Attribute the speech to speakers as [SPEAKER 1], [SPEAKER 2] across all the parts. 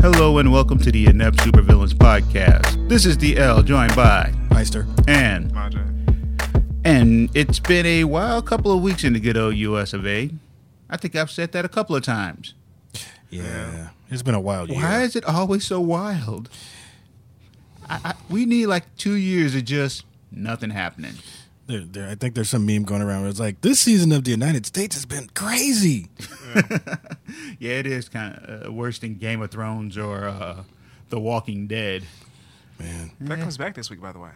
[SPEAKER 1] Hello and welcome to the Inept Supervillains Podcast. This is DL, joined by
[SPEAKER 2] Meister.
[SPEAKER 1] Ann. And it's been a wild couple of weeks in the good old US of A. I think I've said that a couple of times.
[SPEAKER 2] Yeah. It's been a wild year.
[SPEAKER 1] Why is it always so wild? I, I, we need like two years of just nothing happening.
[SPEAKER 2] There, there, I think there's some meme going around where it's like, this season of the United States has been crazy.
[SPEAKER 1] Yeah, it is kind of uh, worse than Game of Thrones or uh, The Walking Dead.
[SPEAKER 2] Man.
[SPEAKER 3] That comes back this week, by the way.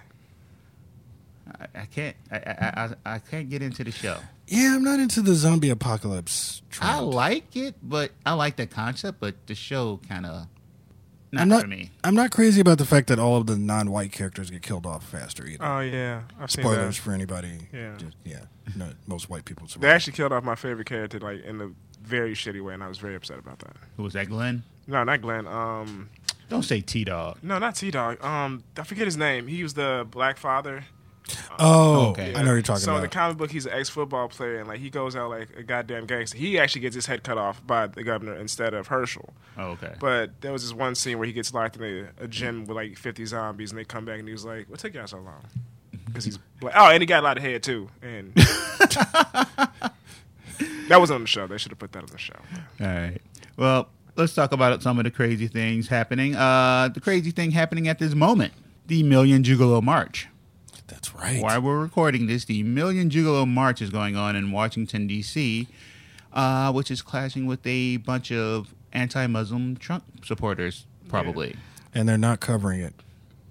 [SPEAKER 1] I, I can't. I, I, I, I can't get into the show.
[SPEAKER 2] Yeah, I'm not into the zombie apocalypse
[SPEAKER 1] I
[SPEAKER 2] trend.
[SPEAKER 1] like it, but I like the concept, but the show kind of not,
[SPEAKER 2] I'm not,
[SPEAKER 1] for me.
[SPEAKER 2] I'm not crazy about the fact that all of the non white characters get killed off faster either.
[SPEAKER 3] Oh yeah, I've seen
[SPEAKER 2] Spoilers
[SPEAKER 3] that.
[SPEAKER 2] for anybody.
[SPEAKER 3] Yeah.
[SPEAKER 2] Just- yeah. No, most white people survive.
[SPEAKER 3] They actually killed off my favorite character like in a very shitty way, and I was very upset about that.
[SPEAKER 1] Who was that, Glenn?
[SPEAKER 3] No, not Glenn. Um,
[SPEAKER 1] Don't say T Dog.
[SPEAKER 3] no, not T Dog. Um, I forget his name. He was the black father.
[SPEAKER 2] oh,
[SPEAKER 1] Okay.
[SPEAKER 2] I know what you're talking
[SPEAKER 3] so in the
[SPEAKER 2] about.
[SPEAKER 3] comic book, he's an ex football player, and like he goes out like a goddamn gangster. He actually gets his head cut off by the governor instead of Herschel.
[SPEAKER 1] Oh, okay.
[SPEAKER 3] But there was this one scene where he gets locked in a, a gym with like 50 zombies, and they come back, and he was like, "What took y'all so long?" Because he's black. Oh, and he got a lot of hair too, and that was on the show. They should have put that on the show.
[SPEAKER 1] All right. Well, let's talk about some of the crazy things happening. Uh, the crazy thing happening at this moment the Million Gigolo March.
[SPEAKER 2] That's right.
[SPEAKER 1] While we're recording this, the Million Gigolo March is going on in Washington, D.C., uh, which is clashing with a bunch of anti Muslim Trump supporters, probably.
[SPEAKER 2] And they're not covering it.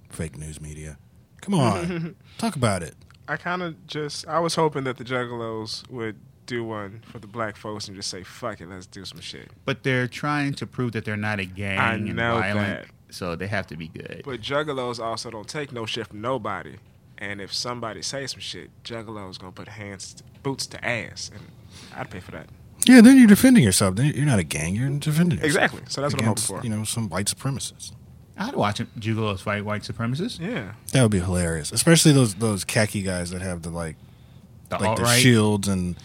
[SPEAKER 2] Fake news media. Come on. Talk about it.
[SPEAKER 3] I kind of just I was hoping that the Juggalos would do one for the black folks and just say, "Fuck it, let's do some shit."
[SPEAKER 1] But they're trying to prove that they're not a gang
[SPEAKER 3] I
[SPEAKER 1] and
[SPEAKER 3] know
[SPEAKER 1] violent. So they have to be good.
[SPEAKER 3] But Juggalos also don't take no shit from nobody. And if somebody says some shit, Juggalos gonna put hands, boots to ass, and I'd pay for that.
[SPEAKER 2] Yeah, then you're defending yourself. Then You're not a gang. You're defending yourself.
[SPEAKER 3] Exactly. So that's what I'm
[SPEAKER 2] against,
[SPEAKER 3] hoping for.
[SPEAKER 2] You know, some white supremacists.
[SPEAKER 1] I'd watch Gigolos fight white supremacists.
[SPEAKER 3] Yeah.
[SPEAKER 2] That would be hilarious, especially those those khaki guys that have the like
[SPEAKER 1] The
[SPEAKER 2] like the
[SPEAKER 1] alt-right.
[SPEAKER 2] shields and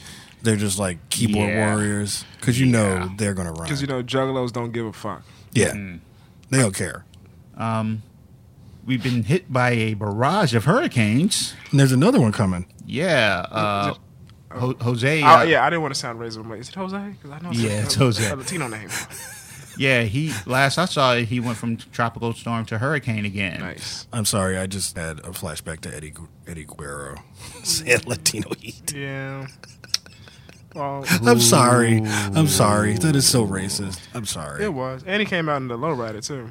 [SPEAKER 2] they're just like keyboard
[SPEAKER 1] Yeah.
[SPEAKER 2] warriors because you
[SPEAKER 1] Yeah.
[SPEAKER 2] know they're gonna run.
[SPEAKER 3] Because you Mm. know Juggalos don't give a fuck.
[SPEAKER 2] yeah, they don't care.
[SPEAKER 1] We've been hit by a barrage of hurricanes.
[SPEAKER 2] And there's another one coming.
[SPEAKER 1] Yeah. Uh, Ho- Jose.
[SPEAKER 3] Yeah,
[SPEAKER 1] uh,
[SPEAKER 3] Oh, yeah I didn't want to sound racist. I'm like, is it Jose? Because I know
[SPEAKER 1] Yeah,
[SPEAKER 3] a-
[SPEAKER 1] it's Jose.
[SPEAKER 3] A Latino name.
[SPEAKER 1] yeah, He last I saw it, he went from tropical storm to hurricane again.
[SPEAKER 3] nice.
[SPEAKER 2] I'm sorry, I just had a flashback to Eddie Gu- Eddie Guerrero saying Latino heat.
[SPEAKER 3] Yeah. Well,
[SPEAKER 2] I'm sorry. I'm sorry. That is so racist. I'm sorry.
[SPEAKER 3] it was, and he came out in the lowrider too.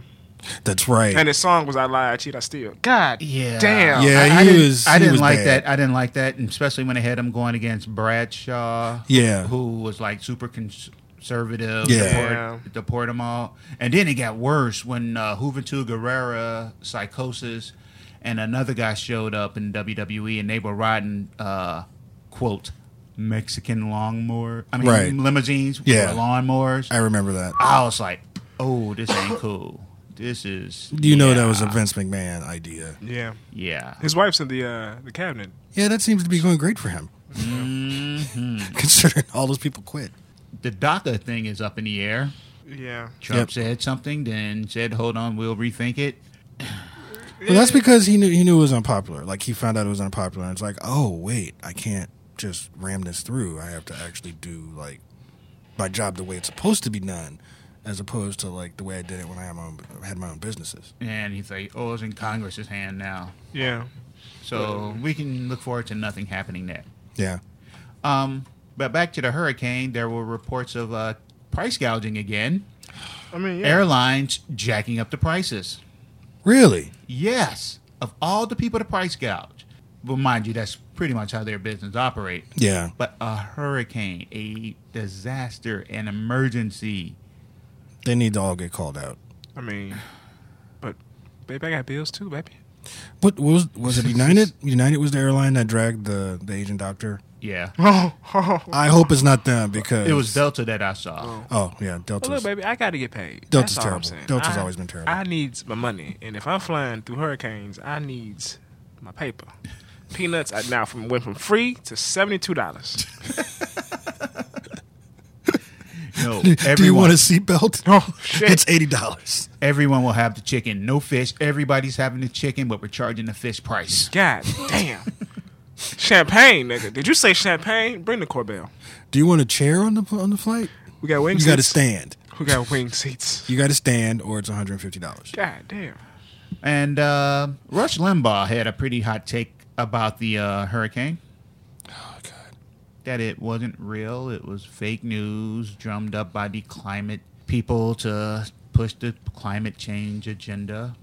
[SPEAKER 2] That's right.
[SPEAKER 3] And his song was "I Lie, I Cheat, I Steal." God
[SPEAKER 1] Yeah.
[SPEAKER 3] damn.
[SPEAKER 2] Yeah.
[SPEAKER 1] I, I
[SPEAKER 2] he
[SPEAKER 1] didn't,
[SPEAKER 2] was-
[SPEAKER 1] I
[SPEAKER 2] he
[SPEAKER 1] didn't
[SPEAKER 2] was
[SPEAKER 1] like
[SPEAKER 2] bad.
[SPEAKER 1] that. I didn't like that, and especially when they had him going against Bradshaw.
[SPEAKER 2] Yeah.
[SPEAKER 1] who was like super cons- conservative.
[SPEAKER 2] Yeah.
[SPEAKER 1] deport, deport them all, and then it got worse when uh, Juventud Guerrera, Psychosis, and another guy showed up in WWE, and they were riding uh, quote Mexican lawnmower. I mean
[SPEAKER 2] Right.
[SPEAKER 1] limousines.
[SPEAKER 2] Yeah.
[SPEAKER 1] or lawnmowers.
[SPEAKER 2] I remember that.
[SPEAKER 1] I was like, oh, this ain't cool. This is
[SPEAKER 2] You know that
[SPEAKER 1] yeah,
[SPEAKER 2] was a Vince McMahon idea.
[SPEAKER 3] Yeah.
[SPEAKER 1] yeah.
[SPEAKER 3] His wife's in the uh, the cabinet.
[SPEAKER 2] Yeah, that seems to be going great for him, considering all those people quit.
[SPEAKER 1] Mm-hmm. The DACA thing is up in the air.
[SPEAKER 3] Yeah.
[SPEAKER 1] Trump
[SPEAKER 2] Yep.
[SPEAKER 1] said something, then said, "Hold on, we'll rethink it."
[SPEAKER 2] Well, that's because he knew he knew it was unpopular. Like he found out it was unpopular, and it's like, oh wait, I can't just ram this through. I have to actually do like my job the way it's supposed to be done, as opposed to like the way I did it when I had my own, had my own businesses.
[SPEAKER 1] And he's like, "Oh, it's in Congress's hand now,
[SPEAKER 3] Yeah.
[SPEAKER 1] so we can look forward to nothing happening there."
[SPEAKER 2] Yeah,
[SPEAKER 1] Um, but back to the hurricane, there were reports of uh, price gouging again.
[SPEAKER 3] I mean, yeah.
[SPEAKER 1] Airlines jacking up the prices.
[SPEAKER 2] really.
[SPEAKER 1] Yes, of all the people to price gouge, well, mind you, that's pretty much how their business operates.
[SPEAKER 2] Yeah,
[SPEAKER 1] But a hurricane, a disaster, an emergency.
[SPEAKER 2] they need to all get called out.
[SPEAKER 3] I mean, baby, I got bills too, baby.
[SPEAKER 2] What was was it United? United was the airline that dragged the the Asian doctor.
[SPEAKER 1] Yeah.
[SPEAKER 3] Oh, oh,
[SPEAKER 2] I hope it's not them because
[SPEAKER 1] It was Delta that I saw.
[SPEAKER 2] Oh yeah, Delta's
[SPEAKER 3] look, baby, I got to get paid.
[SPEAKER 2] Delta's
[SPEAKER 3] That's all I'm
[SPEAKER 2] terrible.
[SPEAKER 3] saying.
[SPEAKER 2] Delta's
[SPEAKER 3] I-
[SPEAKER 2] always been terrible.
[SPEAKER 3] I needs my money, and if I'm flying through hurricanes, I needs my paper. Peanuts I, now from went from free to seventy two dollars.
[SPEAKER 1] No,
[SPEAKER 2] Do you
[SPEAKER 1] everyone,
[SPEAKER 2] want a seatbelt?
[SPEAKER 3] Oh, shit.
[SPEAKER 2] It's eighty dollars.
[SPEAKER 1] everyone will have the chicken. No fish. Everybody's having the chicken, but we're charging the fish price.
[SPEAKER 3] God damn. champagne, nigga. Did you say champagne? Bring the Corbell.
[SPEAKER 2] Do you want a chair on the on the flight?
[SPEAKER 3] We got wing
[SPEAKER 2] You
[SPEAKER 3] seats.
[SPEAKER 2] got to stand.
[SPEAKER 3] We got wing seats.
[SPEAKER 2] You got to stand, or it's one hundred and fifty dollars.
[SPEAKER 3] God damn.
[SPEAKER 1] And uh, Rush Limbaugh had a pretty hot take about the uh, hurricane
[SPEAKER 2] Oh god.
[SPEAKER 1] that it wasn't real, it was fake news drummed up by the climate people to push the climate change agenda.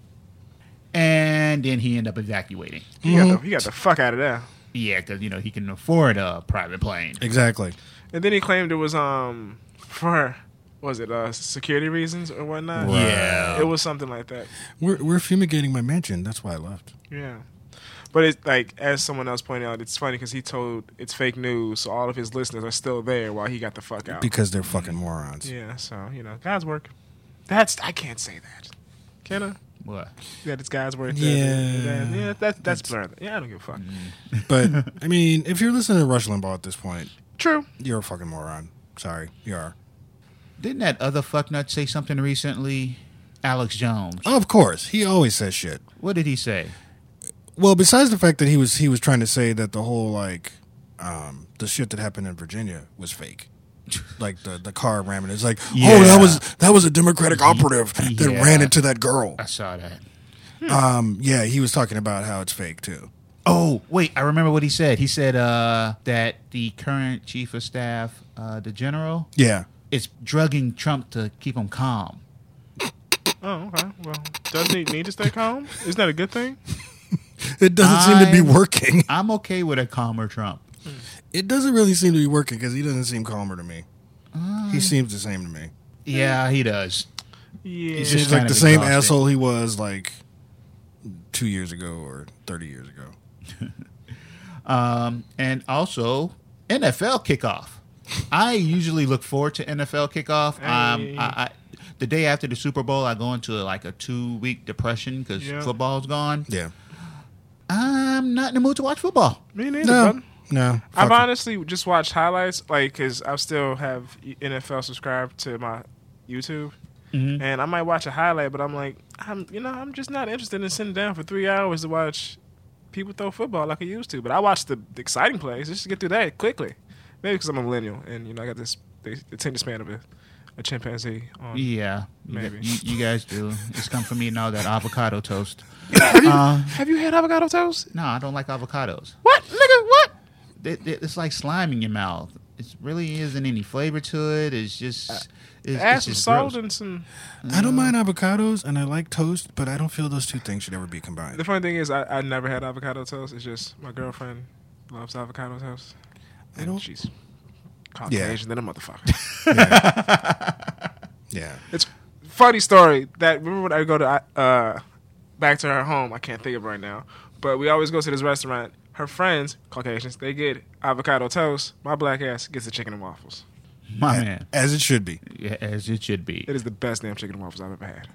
[SPEAKER 1] And then he ended up evacuating.
[SPEAKER 3] He got, the, he got the fuck out of there.
[SPEAKER 1] Yeah, because you know he can afford a private plane.
[SPEAKER 2] Exactly.
[SPEAKER 3] And then he claimed it was um for what was it uh security reasons or whatnot?
[SPEAKER 2] Right.
[SPEAKER 1] Yeah.
[SPEAKER 3] It was something like that.
[SPEAKER 2] We're we're fumigating my mansion. That's why I left.
[SPEAKER 3] Yeah. But it's like as someone else pointed out, it's funny because he told it's fake news, so all of his listeners are still there while he got the fuck out.
[SPEAKER 2] Because they're fucking morons.
[SPEAKER 3] yeah, so you know, God's work. That's I can't say that. Can I?
[SPEAKER 1] What?
[SPEAKER 3] That it's God's work.
[SPEAKER 2] Yeah. Mm.
[SPEAKER 3] that, yeah, that, that's blurred. Yeah, I don't give a fuck.
[SPEAKER 2] But I mean, if you're listening to Rush Limbaugh at this point,
[SPEAKER 3] True.
[SPEAKER 2] you're a fucking moron. Sorry, you are.
[SPEAKER 1] Didn't that other fucknut say something recently? Alex Jones.
[SPEAKER 2] Of course, he always says shit.
[SPEAKER 1] What did he say?
[SPEAKER 2] Well, besides the fact that he was he was trying to say that the whole like um the shit that happened in Virginia was fake. Like the the car ramming. It's like, oh,
[SPEAKER 1] Yeah.
[SPEAKER 2] that was that was a Democratic operative that
[SPEAKER 1] yeah.
[SPEAKER 2] ran into that girl.
[SPEAKER 1] I saw that.
[SPEAKER 2] Um, yeah, he was talking about how it's fake too.
[SPEAKER 1] Oh, wait, I remember what he said. He said uh, that the current chief of staff, uh, the general,
[SPEAKER 2] Yeah,
[SPEAKER 1] is drugging Trump to keep him calm.
[SPEAKER 3] Oh, okay. Well, doesn't he need to stay calm? Isn't that a good thing?
[SPEAKER 2] it doesn't seem to be
[SPEAKER 1] I'm-
[SPEAKER 2] working.
[SPEAKER 1] I'm okay with a calmer Trump.
[SPEAKER 2] It doesn't really seem to be working because he doesn't seem calmer to me.
[SPEAKER 1] Mm.
[SPEAKER 2] he seems the same to me.
[SPEAKER 1] Yeah, he does.
[SPEAKER 3] Yeah.
[SPEAKER 1] He's
[SPEAKER 2] He's
[SPEAKER 1] just
[SPEAKER 2] like
[SPEAKER 1] kind
[SPEAKER 2] the
[SPEAKER 1] of
[SPEAKER 2] same
[SPEAKER 1] exhausted.
[SPEAKER 2] asshole he was like two years ago or thirty years ago.
[SPEAKER 1] Um, and also, NFL kickoff. I usually look forward to NFL kickoff. Um, I, I, the day after the Super Bowl, I go into like a two week depression because
[SPEAKER 3] Yeah.
[SPEAKER 1] football's gone.
[SPEAKER 2] Yeah.
[SPEAKER 1] I'm not in the mood to watch football.
[SPEAKER 3] Me neither,
[SPEAKER 2] No.
[SPEAKER 3] brother.
[SPEAKER 2] No.
[SPEAKER 3] I've
[SPEAKER 2] fuck it.
[SPEAKER 3] honestly just watched highlights, like, because I still have NFL subscribed to my YouTube. And I might watch a highlight, but I'm like, I'm, you know, I'm just not interested in sitting down for three hours to watch people throw football like I used to. But I watch the, the exciting plays just to get through that quickly. Maybe because I'm a millennial and, you know, I got this the attention span of a, a chimpanzee. On.
[SPEAKER 1] Yeah, you gu-
[SPEAKER 3] Maybe.
[SPEAKER 1] you, you guys do. It's come from me and all that avocado toast.
[SPEAKER 3] Have you had avocado toast?
[SPEAKER 1] No, I don't like avocados.
[SPEAKER 3] What? Nigga, what?
[SPEAKER 1] They- they- It's like slime in your mouth. It really isn't any flavor to it. It's just. It's,
[SPEAKER 3] Add
[SPEAKER 1] it's
[SPEAKER 3] some
[SPEAKER 1] just
[SPEAKER 3] salt
[SPEAKER 1] gross.
[SPEAKER 3] and some.
[SPEAKER 2] I don't mind avocados and I like toast, but I don't feel those two things should ever be
[SPEAKER 3] The
[SPEAKER 2] combined.
[SPEAKER 3] funny thing is, I, I never had avocado toast. It's just my girlfriend loves avocado toast.
[SPEAKER 2] I
[SPEAKER 3] And
[SPEAKER 2] don't-
[SPEAKER 3] She's Caucasian than a motherfucker.
[SPEAKER 2] Yeah.
[SPEAKER 3] it's funny story that remember when I go to uh, back to her home. I can't think of it right now, but we always go to this restaurant. Her friends, Caucasians, they get avocado toast. My black ass gets the chicken and waffles.
[SPEAKER 1] My Oh, man,
[SPEAKER 2] As it should be.
[SPEAKER 1] yeah, as it should be.
[SPEAKER 3] It is the best damn chicken and waffles I've ever had.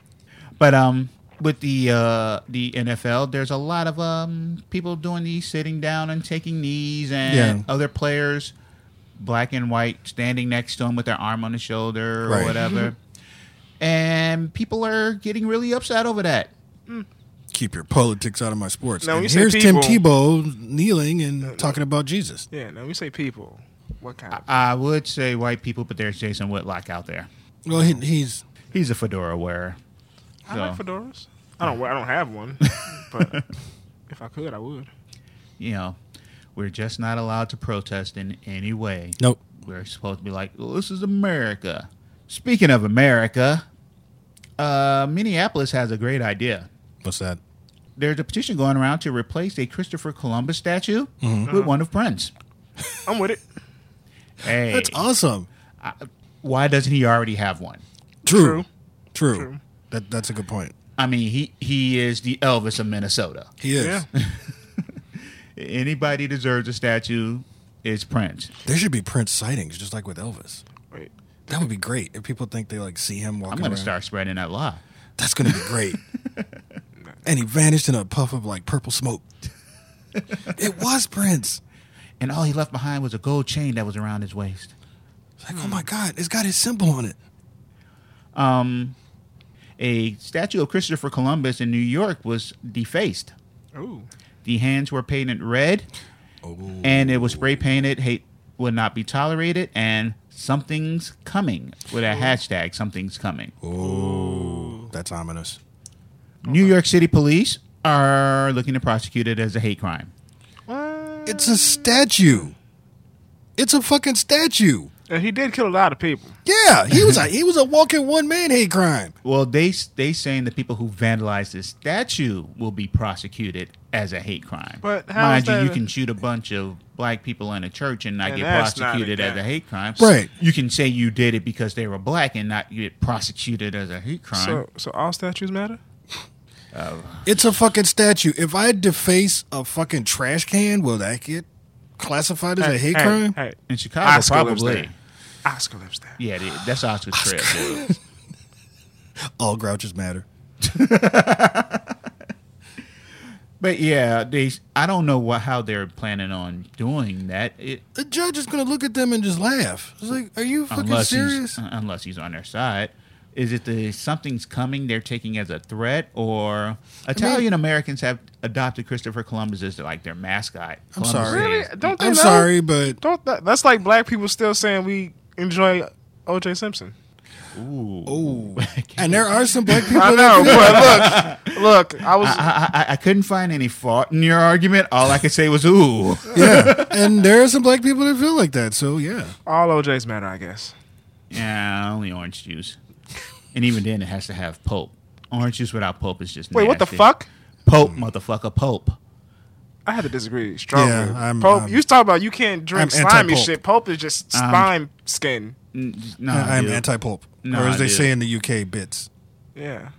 [SPEAKER 1] But um, with the uh, the NFL, there's a lot of um people doing these sitting down and taking knees, and
[SPEAKER 2] Yeah.
[SPEAKER 1] other players, black and white, standing next to him with their arm on his shoulder
[SPEAKER 2] Right. Mm-hmm.
[SPEAKER 1] or whatever. and people are getting really upset over that.
[SPEAKER 2] Keep your politics out of my sports.
[SPEAKER 3] Now,
[SPEAKER 2] And
[SPEAKER 3] when you say
[SPEAKER 2] here's Tim
[SPEAKER 3] people-
[SPEAKER 2] Tebow kneeling and talking about Jesus.
[SPEAKER 3] Yeah. Now we say people. What kind? of...
[SPEAKER 1] I would say white people, but there's Jason Whitlock out there.
[SPEAKER 2] Well, he, he's
[SPEAKER 1] He's a fedora wearer.
[SPEAKER 3] I like
[SPEAKER 1] So,
[SPEAKER 3] fedoras. I don't. wear- I don't have one, but if I could, I would.
[SPEAKER 1] you know, we're just not allowed to protest in any way.
[SPEAKER 2] nope.
[SPEAKER 1] we're supposed to be like, well, this is America. Speaking of America, uh, Minneapolis has a great idea.
[SPEAKER 2] What's that?
[SPEAKER 1] There's a petition going around to replace a Christopher Columbus statue
[SPEAKER 2] Mm-hmm.
[SPEAKER 1] with one of Prince.
[SPEAKER 3] I'm with it.
[SPEAKER 1] Hey,
[SPEAKER 2] That's awesome.
[SPEAKER 1] why doesn't he already have one?
[SPEAKER 2] True. True.
[SPEAKER 3] True.
[SPEAKER 2] That that's a good point.
[SPEAKER 1] I mean, he he is the Elvis of Minnesota.
[SPEAKER 2] He is.
[SPEAKER 3] Yeah.
[SPEAKER 1] Anybody deserves a statue is Prince.
[SPEAKER 2] There should be Prince sightings, just like with Elvis.
[SPEAKER 3] Wait.
[SPEAKER 2] That would be great if people think they like see him walking.
[SPEAKER 1] I'm gonna
[SPEAKER 2] around.
[SPEAKER 1] start spreading that lie.
[SPEAKER 2] That's gonna be great. and he vanished in a puff of like purple smoke. it was Prince.
[SPEAKER 1] And all he left behind was a gold chain that was around his waist.
[SPEAKER 2] It's like, oh my God, it's got his symbol on it.
[SPEAKER 1] Um, A statue of Christopher Columbus in New York was defaced.
[SPEAKER 3] Ooh.
[SPEAKER 1] The hands were painted red,
[SPEAKER 2] Oh.
[SPEAKER 1] and it was spray painted. Hate would not be tolerated, and something's coming with a hashtag. Something's coming.
[SPEAKER 2] Oh. That's ominous.
[SPEAKER 1] New York City police are looking to prosecute it as a hate crime.
[SPEAKER 3] Uh,
[SPEAKER 2] It's a statue. It's a fucking statue.
[SPEAKER 3] And he did kill a lot of people.
[SPEAKER 2] Yeah, he was a he was a walking one man hate crime.
[SPEAKER 1] Well, they they saying the people who vandalized this statue will be prosecuted as a hate crime.
[SPEAKER 3] But how
[SPEAKER 1] mind
[SPEAKER 3] is
[SPEAKER 1] you,
[SPEAKER 3] that
[SPEAKER 1] you
[SPEAKER 3] a-
[SPEAKER 1] can shoot a bunch of black people in a church and not
[SPEAKER 3] And
[SPEAKER 1] get
[SPEAKER 3] that's not a
[SPEAKER 1] prosecuted as a
[SPEAKER 3] crime.
[SPEAKER 1] hate crime.
[SPEAKER 2] Right.
[SPEAKER 1] You can say you did it because they were black and not get prosecuted as a hate crime.
[SPEAKER 3] So, so all statues matter.
[SPEAKER 2] It's a fucking statue. If I deface a fucking trash can, will that get classified as a hate
[SPEAKER 3] hey,
[SPEAKER 2] crime?
[SPEAKER 3] Hey,
[SPEAKER 1] in Chicago,
[SPEAKER 3] Oscar lives
[SPEAKER 1] probably.
[SPEAKER 3] there. Oscar lives there.
[SPEAKER 1] Yeah, they, that's Oscar's trip. dude.
[SPEAKER 2] All grouches matter.
[SPEAKER 1] But yeah, they. I don't know what how they're planning on doing that. It,
[SPEAKER 2] The judge is gonna look at them and just laugh. It's like, are you fucking
[SPEAKER 1] unless
[SPEAKER 2] serious?
[SPEAKER 1] he's uh, unless he's on their side. Is it the something's coming they're taking as a threat, or Italian Americans have adopted Christopher Columbus as like their mascot?
[SPEAKER 2] I'm
[SPEAKER 1] Columbus
[SPEAKER 2] sorry.
[SPEAKER 3] Really?
[SPEAKER 1] is-
[SPEAKER 3] Don't they
[SPEAKER 2] I'm
[SPEAKER 3] know?
[SPEAKER 2] sorry, but
[SPEAKER 3] Don't that, that's like black people still saying we enjoy O.J. Simpson.
[SPEAKER 1] Ooh.
[SPEAKER 2] ooh. and there are some black people.
[SPEAKER 3] I
[SPEAKER 2] that
[SPEAKER 3] know,
[SPEAKER 2] feel-
[SPEAKER 3] but look, look, I was
[SPEAKER 1] I, I, I couldn't find any fault in your argument. All I could say was ooh.
[SPEAKER 2] yeah, and there are some black people that feel like that. So yeah,
[SPEAKER 3] all OJ's matter, I guess.
[SPEAKER 1] yeah, only orange juice, and even then it has to have pulp. Orange juice without pulp is just
[SPEAKER 3] Wait, what the
[SPEAKER 1] nasty.
[SPEAKER 3] fuck?
[SPEAKER 1] Pulp, motherfucker, pulp.
[SPEAKER 3] I had to disagree strongly.
[SPEAKER 2] Yeah, I'm-
[SPEAKER 3] Pope,
[SPEAKER 2] I'm-
[SPEAKER 3] you talk about you can't drink
[SPEAKER 2] I'm Uh-huh.
[SPEAKER 3] slimy
[SPEAKER 2] anti-pulp.
[SPEAKER 3] shit. Pope is just slime skin.
[SPEAKER 1] N- Nah,
[SPEAKER 2] I am
[SPEAKER 1] dude.
[SPEAKER 2] anti pulp,
[SPEAKER 1] Nah,
[SPEAKER 2] or as they
[SPEAKER 1] dude.
[SPEAKER 2] say in the UK, bits.
[SPEAKER 3] Yeah,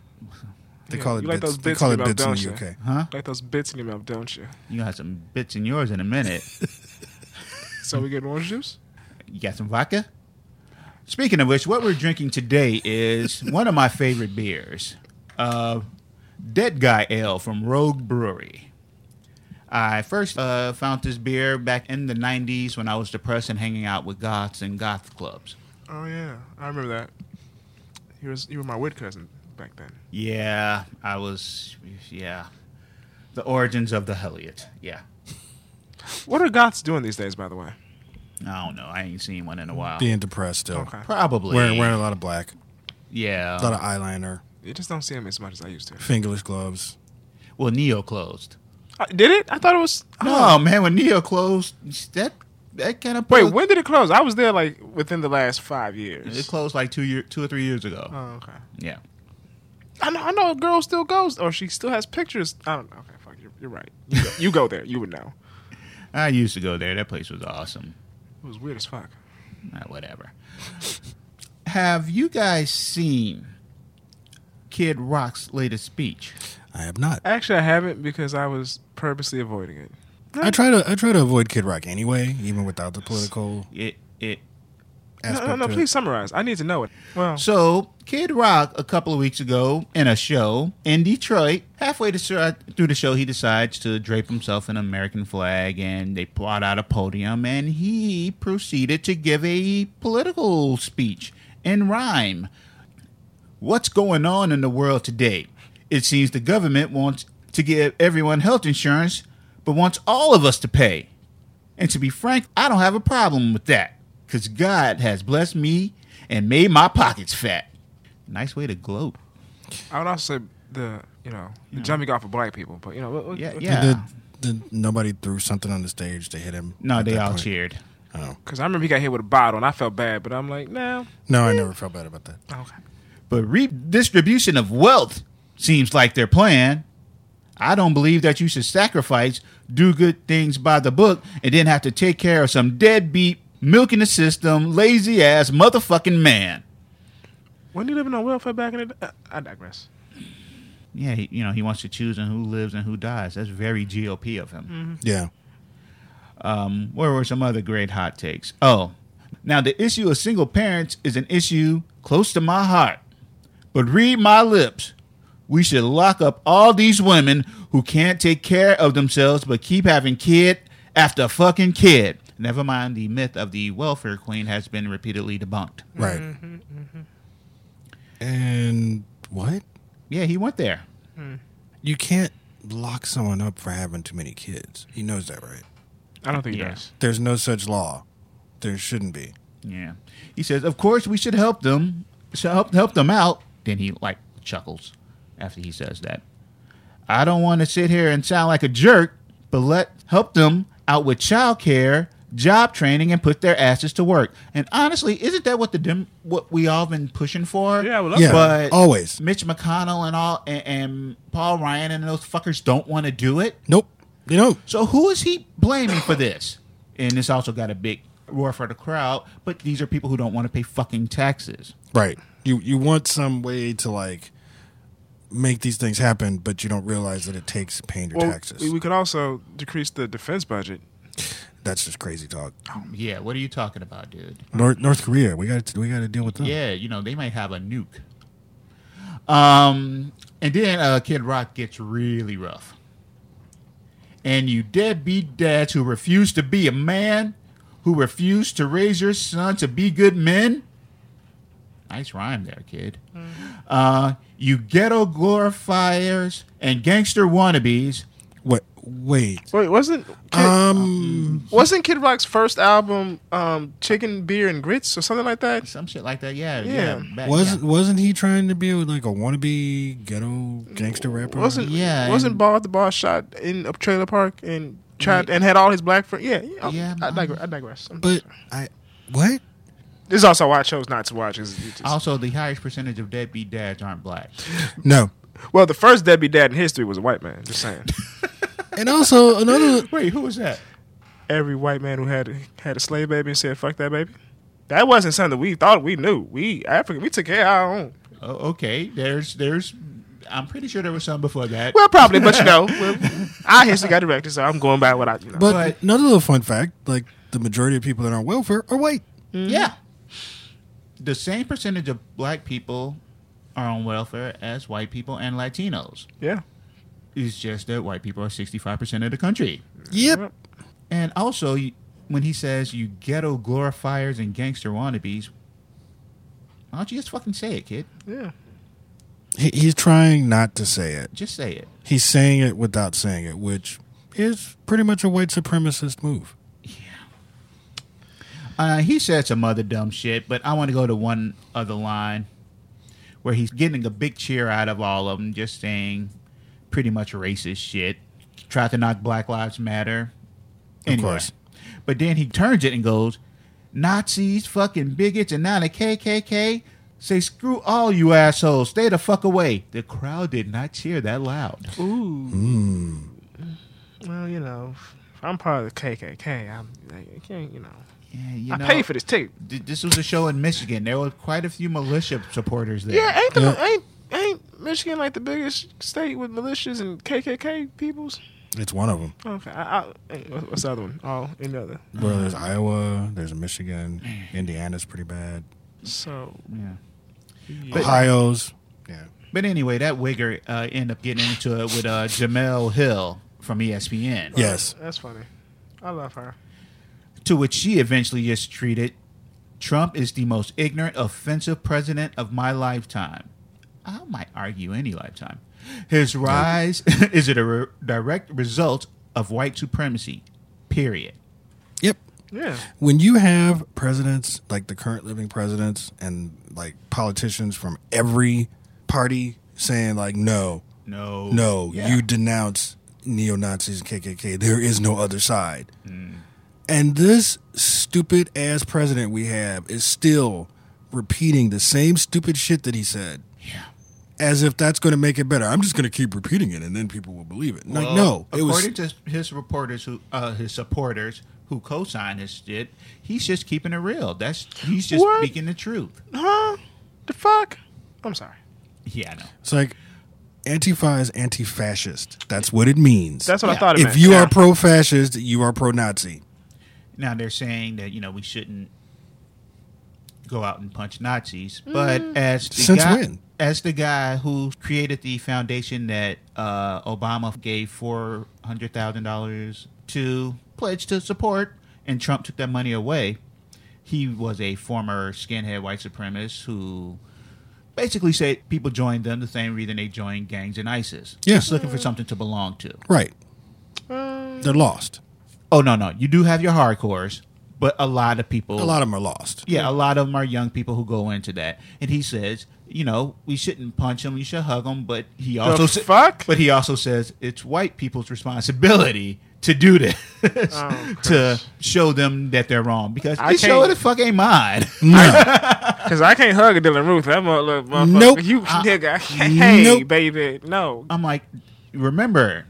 [SPEAKER 2] They call it
[SPEAKER 3] you like
[SPEAKER 2] bits.
[SPEAKER 3] those
[SPEAKER 2] They
[SPEAKER 3] bits
[SPEAKER 2] call
[SPEAKER 3] in
[SPEAKER 2] it
[SPEAKER 3] your mouth,
[SPEAKER 2] bits in the
[SPEAKER 3] don't you?
[SPEAKER 2] UK.
[SPEAKER 1] Huh?
[SPEAKER 3] like those bits in your mouth, don't you?
[SPEAKER 1] You got some bits in yours in a minute.
[SPEAKER 3] So we get orange juice.
[SPEAKER 1] You got some vodka? Speaking of which, what we're drinking today is one of my favorite beers, uh, Dead Guy Ale from Rogue Brewery. I first uh, found this beer back in the 90s when I was depressed and hanging out with goths and goth clubs.
[SPEAKER 3] Oh yeah, I remember that. You was you were my wood cousin back then.
[SPEAKER 1] Yeah, I was, yeah. The origins of the Helliot. Yeah.
[SPEAKER 3] What are goths doing these days, by the way?
[SPEAKER 1] I don't know. I ain't seen one in a while.
[SPEAKER 2] Being depressed still.
[SPEAKER 3] Okay,
[SPEAKER 1] Probably.
[SPEAKER 2] Wearing wearing a lot of black,
[SPEAKER 1] yeah.
[SPEAKER 2] a lot of eyeliner,
[SPEAKER 3] you just don't see them as much as I used to.
[SPEAKER 2] fingerless gloves.
[SPEAKER 1] well, Neo closed.
[SPEAKER 3] Uh, did it? I thought it was. oh.
[SPEAKER 1] No, man, when Neo closed, that that kind of
[SPEAKER 3] Wait, when did it close? I was there like within the last five
[SPEAKER 1] It
[SPEAKER 3] years.
[SPEAKER 1] closed like two year, two or three years ago.
[SPEAKER 3] Oh, okay.
[SPEAKER 1] Yeah,
[SPEAKER 3] I know. I know. A girl still goes, or she still has pictures. I don't know. Okay, fuck. You're, you're right. You go, you go there. You would know.
[SPEAKER 1] I used to go there. That place was awesome.
[SPEAKER 3] It was weird as fuck.
[SPEAKER 1] Ah, whatever. Have you guys seen Kid Rock's latest speech?
[SPEAKER 2] I have not.
[SPEAKER 3] Actually, I haven't because I was purposely avoiding it.
[SPEAKER 2] I try to I try to avoid Kid Rock anyway, even without the political
[SPEAKER 1] It it
[SPEAKER 2] aspect.
[SPEAKER 3] No, no, no.
[SPEAKER 2] to
[SPEAKER 3] Please summarize. I need to know it. Well,
[SPEAKER 1] So, Kid Rock, a couple of weeks ago in a show in Detroit, halfway to, through the show, he decides to drape himself in an American flag and they plot out a podium and he proceeded to give a political speech in rhyme. What's going on in the world today? It seems the government wants to give everyone health insurance, but wants all of us to pay. And to be frank, I don't have a problem with that because God has blessed me and made my pockets fat. Nice way to gloat.
[SPEAKER 3] I would also say the you know the jumping off of black people, but you know. What, what-
[SPEAKER 1] Yeah,
[SPEAKER 3] what-
[SPEAKER 1] yeah.
[SPEAKER 2] it. Did, did nobody threw something on the stage to hit him?
[SPEAKER 1] No,
[SPEAKER 2] at
[SPEAKER 1] they
[SPEAKER 2] that
[SPEAKER 1] all
[SPEAKER 2] point?
[SPEAKER 1] cheered.
[SPEAKER 2] Oh.
[SPEAKER 3] Because I remember he got hit with a bottle, and I felt bad, but I'm like, no.
[SPEAKER 2] No, I never felt bad about that.
[SPEAKER 3] Okay.
[SPEAKER 1] But redistribution of wealth seems like their plan. I don't believe that you should sacrifice, do good things by the book, and then have to take care of some deadbeat, milking the system, lazy ass motherfucking man.
[SPEAKER 3] When you living on welfare back in the day, I digress.
[SPEAKER 1] yeah, he, you know, he wants to choose on who lives and who dies. That's very GOP of him.
[SPEAKER 2] Yeah.
[SPEAKER 1] Um, where were some other great hot takes? Oh, now the issue of single parents is an issue close to my heart. But read my lips. We should lock up all these women who can't take care of themselves but keep having kid after fucking kid. Never mind, the myth of the welfare queen has been repeatedly debunked.
[SPEAKER 2] Right.
[SPEAKER 3] Mm-hmm,
[SPEAKER 2] And what?
[SPEAKER 1] Yeah, he went there.
[SPEAKER 2] You can't lock someone up for having too many kids. He knows that, right?
[SPEAKER 3] I don't think he
[SPEAKER 1] Yeah.
[SPEAKER 3] does.
[SPEAKER 2] There's no such law. There shouldn't be.
[SPEAKER 1] Yeah. He says, "Of course we should help them. Should help help them out." Then he like chuckles after he says that. I don't want to sit here and sound like a jerk, but let help them out with childcare, job training, and put their asses to work. And honestly, isn't that what the dem- what we all been pushing for?
[SPEAKER 3] Yeah, I would love
[SPEAKER 2] Yeah.
[SPEAKER 3] that.
[SPEAKER 1] But
[SPEAKER 2] always.
[SPEAKER 1] Mitch McConnell and all and, and Paul Ryan and those fuckers don't want to do it.
[SPEAKER 2] Nope. You know,
[SPEAKER 1] So who is he blaming for this? And this also got a big roar for the crowd, but these are people who don't want to pay fucking taxes.
[SPEAKER 2] right. You you want some way to like make these things happen, but you don't realize that it takes paying your
[SPEAKER 3] Well,
[SPEAKER 2] taxes.
[SPEAKER 3] we, we could also decrease the defense budget.
[SPEAKER 2] That's just crazy talk.
[SPEAKER 1] Yeah, what are you talking about, dude?
[SPEAKER 2] North North Korea, we got to we got to deal with them.
[SPEAKER 1] Yeah, you know, they might have a nuke. Um and then uh Kid Rock gets really rough. And you deadbeat dads who refuse to be a man, who refuse to raise your son to be good men. Nice rhyme there, kid. Uh, you ghetto glorifiers and gangster wannabes.
[SPEAKER 2] Wait, wait.
[SPEAKER 3] Wait, wasn't Kid,
[SPEAKER 1] Uh, oh, mm,
[SPEAKER 2] Um,
[SPEAKER 3] wasn't Kid Rock's first album um, Chicken, Beer, and Grits or something like that?
[SPEAKER 1] Some shit like that, yeah.
[SPEAKER 3] Yeah.
[SPEAKER 1] Yeah. back-
[SPEAKER 2] wasn't wasn't he trying to be like a wannabe ghetto gangster
[SPEAKER 1] Mm,
[SPEAKER 2] rapper?
[SPEAKER 3] Wasn't
[SPEAKER 1] Yeah,
[SPEAKER 3] Wasn't
[SPEAKER 1] and-
[SPEAKER 3] Ball at the Ball shot in a trailer park and tried and had all his black friends? Yeah, yeah. I,
[SPEAKER 1] Yeah,
[SPEAKER 3] I,
[SPEAKER 1] man.
[SPEAKER 3] digress, I digress. I'm
[SPEAKER 2] But
[SPEAKER 3] sorry.
[SPEAKER 2] I what?
[SPEAKER 3] this is also why I chose not to watch. Is
[SPEAKER 1] yeah. Also, the highest percentage of deadbeat dads aren't black.
[SPEAKER 2] No.
[SPEAKER 3] well, the first Debbie Dad in history was a white man. Just saying,
[SPEAKER 2] And also another
[SPEAKER 1] Wait, who was that?
[SPEAKER 3] every white man who had had a slave baby and said "fuck that baby," that wasn't something we thought we knew. We African, we took care of our own.
[SPEAKER 1] Oh, okay, there's there's. I'm pretty sure there was some before that.
[SPEAKER 3] Well, probably, but you know, well, our history got directed, so I'm going by what I. You know.
[SPEAKER 2] but,
[SPEAKER 1] But-
[SPEAKER 2] another little fun fact, like the majority of people that are on welfare are white.
[SPEAKER 1] yeah, the same percentage of black people are on welfare as white people and Latinos.
[SPEAKER 3] yeah,
[SPEAKER 1] It's just that white people are 65 percent of the country.
[SPEAKER 2] Yep.
[SPEAKER 1] And also, you- when he says you ghetto glorifiers and gangster wannabes, why don't you just fucking say it, kid?
[SPEAKER 3] yeah.
[SPEAKER 2] He, he's trying not to say it.
[SPEAKER 1] Just say it.
[SPEAKER 2] He's saying it without saying it, which is pretty much a white supremacist move.
[SPEAKER 1] Uh, he said some other dumb shit, but I want to go to one other line where he's getting a big cheer out of all of them, just saying pretty much racist shit. Try to knock Black Lives Matter. Anyway.
[SPEAKER 2] course.
[SPEAKER 1] But then he turns it and goes, Nazis, fucking bigots, and now the KKK say, screw all you assholes. Stay the fuck away. The crowd did not cheer that loud.
[SPEAKER 3] Ooh. Mm. Well, you know, if I'm part of the KKK, I'm. I can't, you know.
[SPEAKER 1] Yeah, you
[SPEAKER 3] I
[SPEAKER 1] know,
[SPEAKER 3] pay for this ticket.
[SPEAKER 1] th- this was a show in Michigan. There were quite a few militia supporters there.
[SPEAKER 3] Yeah, ain't the
[SPEAKER 2] Yeah.
[SPEAKER 3] ain't ain't Michigan like the biggest state with militias and KKK peoples?
[SPEAKER 2] It's one of them.
[SPEAKER 3] Okay, I, I, ain't- what- what's the other one? Oh, any other?
[SPEAKER 2] Well, there's Iowa, there's Michigan, Indiana's pretty bad,
[SPEAKER 3] So
[SPEAKER 1] yeah.
[SPEAKER 2] Ohio's. Yeah.
[SPEAKER 1] But anyway, that wigger uh, ended up getting into it with uh, Jamel Hill from E ESPN,
[SPEAKER 2] Yes.
[SPEAKER 3] that's funny. I love her.
[SPEAKER 1] to which she eventually just treated Trump is the most ignorant, offensive president of my lifetime. I might argue any lifetime. His rise is a re- direct result of white supremacy, period.
[SPEAKER 2] Yep.
[SPEAKER 3] Yeah,
[SPEAKER 2] When you have presidents like the current living presidents and like politicians from every party saying like no,
[SPEAKER 1] No.
[SPEAKER 2] no,
[SPEAKER 1] Yeah.
[SPEAKER 2] you denounce neo Nazis and KKK. There is no other side.
[SPEAKER 3] Mm.
[SPEAKER 2] And this stupid ass president we have is still repeating the same stupid shit that he said. Yeah. As if that's going to make it better. I'm just going to keep repeating it and then people will believe it. like, no. It was.
[SPEAKER 1] according to his reporters, who uh, his supporters who co-signed his shit, he's just keeping it real. That's he's just
[SPEAKER 3] What?
[SPEAKER 1] speaking the truth.
[SPEAKER 3] huh? The fuck? I'm sorry.
[SPEAKER 1] Yeah, I know.
[SPEAKER 2] It's like, Antifa is anti-fascist. That's what it means.
[SPEAKER 3] That's what I
[SPEAKER 1] Yeah.
[SPEAKER 3] thought. It
[SPEAKER 2] if
[SPEAKER 3] meant.
[SPEAKER 2] you
[SPEAKER 3] Yeah.
[SPEAKER 2] are pro-fascist, you are pro-Nazi.
[SPEAKER 1] Now they're saying that you know we shouldn't go out and punch Nazis, but as the
[SPEAKER 2] Since
[SPEAKER 1] guy,
[SPEAKER 2] when?
[SPEAKER 1] As the guy who created the foundation that uh, Obama gave four hundred thousand dollars to pledge to support, and Trump took that money away. He was a former skinhead white supremacist who basically said people joined them the same reason they joined gangs and ISIS.
[SPEAKER 2] Yeah.
[SPEAKER 1] Just looking for something to belong to.
[SPEAKER 2] Right.
[SPEAKER 3] Um,
[SPEAKER 2] They're lost.
[SPEAKER 1] Oh no, no, you do have your hardcores, but a lot of people,
[SPEAKER 2] A lot of them are lost.
[SPEAKER 1] yeah, a lot of them are young people who go into that. And he says, you know, we shouldn't punch him, we should hug him, but he also sa-
[SPEAKER 3] fuck?
[SPEAKER 1] but he also says it's white people's responsibility to do this
[SPEAKER 3] Oh,
[SPEAKER 1] to show them that they're wrong because
[SPEAKER 3] I
[SPEAKER 1] this show
[SPEAKER 3] can't-
[SPEAKER 1] the fuck ain't mine.
[SPEAKER 2] No.
[SPEAKER 3] Because I can't hug a Dylan Roof. That motherfucker. motherfucker.
[SPEAKER 2] Nope.
[SPEAKER 3] You nigga. Hey,
[SPEAKER 2] nope.
[SPEAKER 3] baby. No.
[SPEAKER 1] I'm like, remember,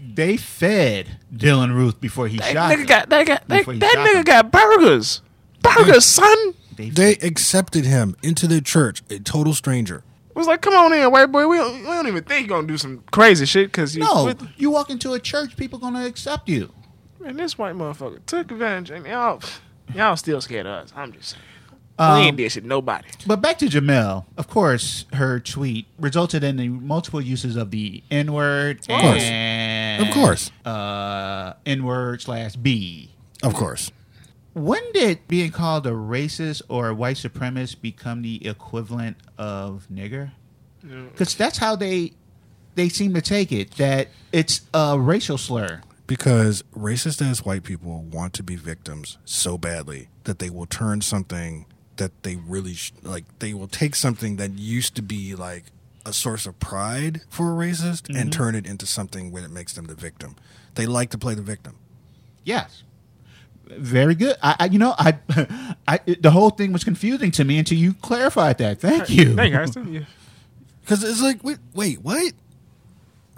[SPEAKER 1] they fed Dylan Ruth before he shot him.
[SPEAKER 3] nigga got, they got, they,
[SPEAKER 1] Before he
[SPEAKER 3] that
[SPEAKER 1] shot
[SPEAKER 3] nigga
[SPEAKER 1] him.
[SPEAKER 3] got burgers. Burgers, son.
[SPEAKER 1] They
[SPEAKER 2] they accepted him into their church, a total stranger.
[SPEAKER 3] was like, come on in, white boy. We don't, we don't even think you're going to do some crazy shit because you.
[SPEAKER 1] no,
[SPEAKER 3] with-
[SPEAKER 1] you walk into a church, people gonna accept you.
[SPEAKER 3] man, this white motherfucker took advantage, and y'all, y'all still scared of us. I'm just saying. we ain't
[SPEAKER 1] Um,
[SPEAKER 3] did shit, to nobody.
[SPEAKER 1] But back to Jamel. Of course, her tweet resulted in the multiple uses of the N word
[SPEAKER 2] course.
[SPEAKER 1] and
[SPEAKER 2] Of course.
[SPEAKER 1] uh, N word slash B.
[SPEAKER 2] Of course.
[SPEAKER 1] When did being called a racist or a white supremacist become the equivalent of nigger? Because that's how they they seem to take it. That it's a racial slur.
[SPEAKER 2] Because racist ass white people want to be victims so badly that they will turn something that they really sh- like, they will take something that used to be like a source of pride for a racist and turn it into something when it makes them the victim. They like to play the victim.
[SPEAKER 1] Yes. Very good. I, I you know, I, I, the whole thing was confusing to me until you clarified that. Thank you.
[SPEAKER 3] Thank you, Harrison. Yeah.
[SPEAKER 2] Because it's like, wait, wait, what?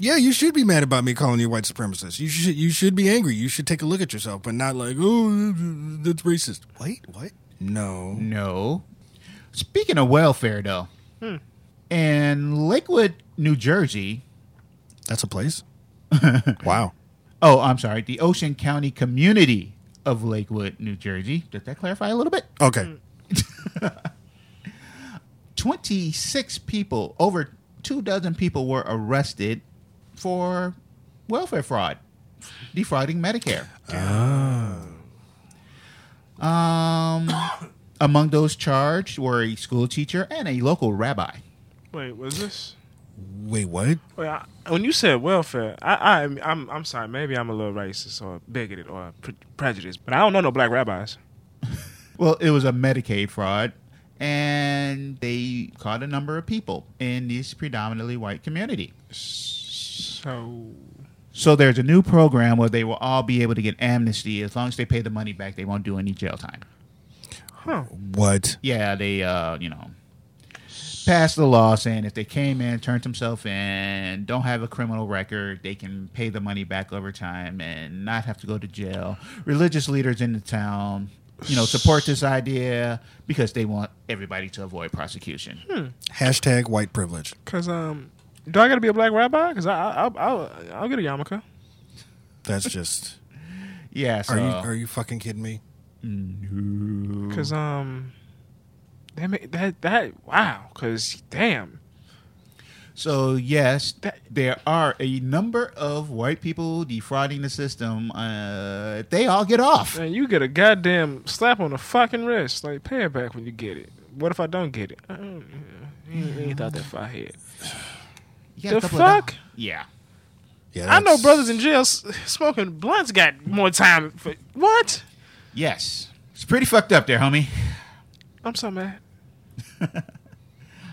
[SPEAKER 2] Yeah, you should be mad about me calling you a white supremacist. You should, you should be angry. You should take a look at yourself, but not like, oh, that's racist. Wait, what? No.
[SPEAKER 1] No. Speaking of welfare, though, in Lakewood, New Jersey,
[SPEAKER 2] That's a place? wow.
[SPEAKER 1] oh, I'm sorry, the Ocean County community of Lakewood, New Jersey. Does that clarify a little bit?
[SPEAKER 3] Mm.
[SPEAKER 2] Okay.
[SPEAKER 1] 26 people, over two dozen people were arrested for welfare fraud, defrauding Medicare. Um, among those charged were a school teacher and a local rabbi.
[SPEAKER 3] Wait, was this?
[SPEAKER 2] Wait, what?
[SPEAKER 3] Wait, Oh, I, when you said welfare, I, I, I'm, I'm sorry. Maybe I'm a little racist or bigoted or pre- prejudiced, but I don't know no black rabbis.
[SPEAKER 1] Well, it was a Medicaid fraud, and they caught a number of people in this predominantly white community.
[SPEAKER 3] So
[SPEAKER 1] So there's a new program where they will all be able to get amnesty as long as they pay the money back. They won't do any jail time.
[SPEAKER 2] What?
[SPEAKER 1] Yeah, they uh, you know passed the law saying if they came in, turned themselves in, don't have a criminal record, they can pay the money back over time and not have to go to jail. Religious leaders in the town, you know, support this idea because they want everybody to avoid prosecution.
[SPEAKER 2] Hashtag white privilege.
[SPEAKER 3] Cause um, do I gotta be a black rabbi? Cause I, I I'll, I'll I'll get a yarmulke.
[SPEAKER 2] That's just.
[SPEAKER 1] Yeah, so
[SPEAKER 2] Are you are you fucking kidding me?
[SPEAKER 3] Uh, Cause um, that ma- that that wow. Cause damn,
[SPEAKER 1] So yes,
[SPEAKER 3] That-
[SPEAKER 1] there are a number of white people defrauding the system. Uh, they all get off.
[SPEAKER 3] man, you get a goddamn slap on the fucking wrist. Like pay it back when you get it. What if I don't get it? Uh, mm, I don't, you ain't- you ain't thought that far ahead.
[SPEAKER 1] You got a
[SPEAKER 3] The
[SPEAKER 1] couple of
[SPEAKER 3] fuck?
[SPEAKER 1] dollars. Yeah.
[SPEAKER 2] Yeah,
[SPEAKER 3] I know
[SPEAKER 2] that's-
[SPEAKER 3] brothers in jail s- smoking blunts got more time for what?
[SPEAKER 1] Yes. It's pretty fucked up there, homie.
[SPEAKER 3] I'm so mad.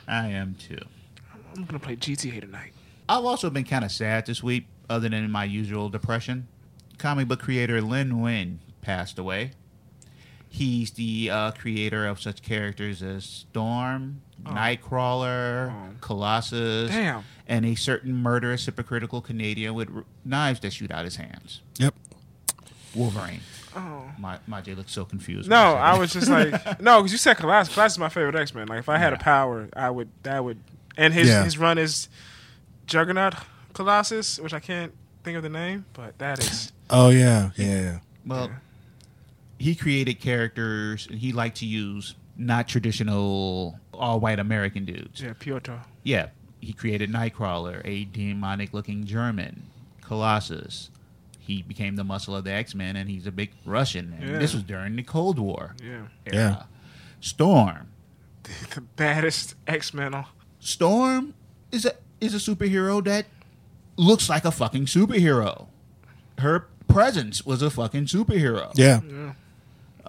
[SPEAKER 1] I am too.
[SPEAKER 3] I'm gonna play GTA tonight.
[SPEAKER 1] I've also been kind of sad this week, other than my usual depression. Comic book creator Lin Win passed away. He's the uh, creator of such characters as Storm, Nightcrawler, Colossus,
[SPEAKER 3] Oh. Damn.
[SPEAKER 1] and a certain murderous, hypocritical Canadian with r- knives that shoot out his hands.
[SPEAKER 2] Yep.
[SPEAKER 1] Wolverine.
[SPEAKER 3] Oh.
[SPEAKER 1] My, my Jay looks so confused. when
[SPEAKER 3] No,
[SPEAKER 1] said
[SPEAKER 3] I
[SPEAKER 1] that.
[SPEAKER 3] was just like no, because you said Colossus. Colossus is my favorite X Men. Like if I had a power, I would that would and his
[SPEAKER 2] Yeah.
[SPEAKER 3] his run is Juggernaut Colossus, which I can't think of the name, but that is
[SPEAKER 2] Oh yeah, yeah. yeah.
[SPEAKER 1] Well, he created characters and he liked to use not traditional all white American dudes.
[SPEAKER 3] yeah, Piotr.
[SPEAKER 1] Yeah, he created Nightcrawler, a demonic looking German, Colossus. He became the muscle of the X Men and he's a big Russian. And
[SPEAKER 3] Yeah.
[SPEAKER 1] This was during the Cold War
[SPEAKER 3] Yeah,
[SPEAKER 1] era. Storm.
[SPEAKER 3] the baddest X Men.
[SPEAKER 1] Storm is a is a superhero that looks like a fucking superhero. Her presence was a fucking superhero.
[SPEAKER 2] Yeah.
[SPEAKER 3] Mm.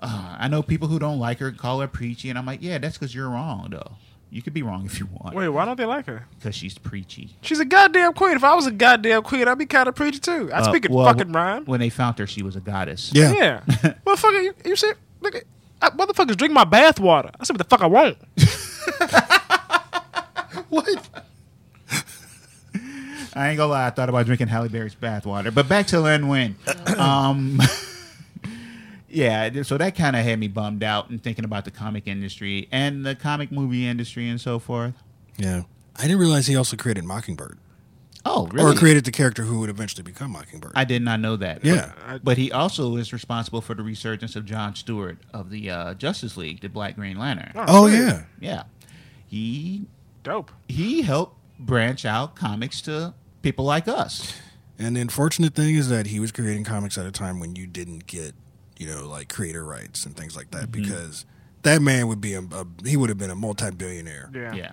[SPEAKER 1] Uh, I know people who don't like her call her preachy, and I'm like, yeah, that's because you're wrong, though. You could be wrong if you want,
[SPEAKER 3] Wait, why don't they like her?
[SPEAKER 1] because she's preachy.
[SPEAKER 3] She's a goddamn queen. If I was a goddamn queen, I'd be kind of preachy too. I
[SPEAKER 1] Uh,
[SPEAKER 3] speak in
[SPEAKER 1] well,
[SPEAKER 3] fucking rhyme.
[SPEAKER 1] When they found her, she was a goddess.
[SPEAKER 2] Yeah.
[SPEAKER 3] yeah, motherfucker, you, you see, nigga, I, motherfuckers drink my bath water. I said, what the fuck I want.
[SPEAKER 1] What? I ain't gonna lie, I thought about drinking Halle Berry's bathwater. But back to Len Win.
[SPEAKER 2] Oh.
[SPEAKER 1] um, yeah, th- so that kind of had me bummed out and thinking about the comic industry and the comic movie industry and so forth.
[SPEAKER 2] Yeah. I didn't realize he also created Mockingbird,
[SPEAKER 1] Oh, really?
[SPEAKER 2] or created the character who would eventually become Mockingbird.
[SPEAKER 1] I did not know that.
[SPEAKER 2] yeah.
[SPEAKER 1] But, but he also is responsible for the resurgence of John Stewart of the uh, Justice League, the Black Green Lantern.
[SPEAKER 2] oh
[SPEAKER 3] shit.
[SPEAKER 2] yeah.
[SPEAKER 1] Yeah. He
[SPEAKER 3] dope.
[SPEAKER 1] he helped branch out comics to people like us.
[SPEAKER 2] And the unfortunate thing is that he was creating comics at a time when you didn't get, you know, like creator rights and things like that
[SPEAKER 1] Mm-hmm.
[SPEAKER 2] because that man would be a, a he would have been a multi-billionaire.
[SPEAKER 3] Yeah,
[SPEAKER 1] Yeah.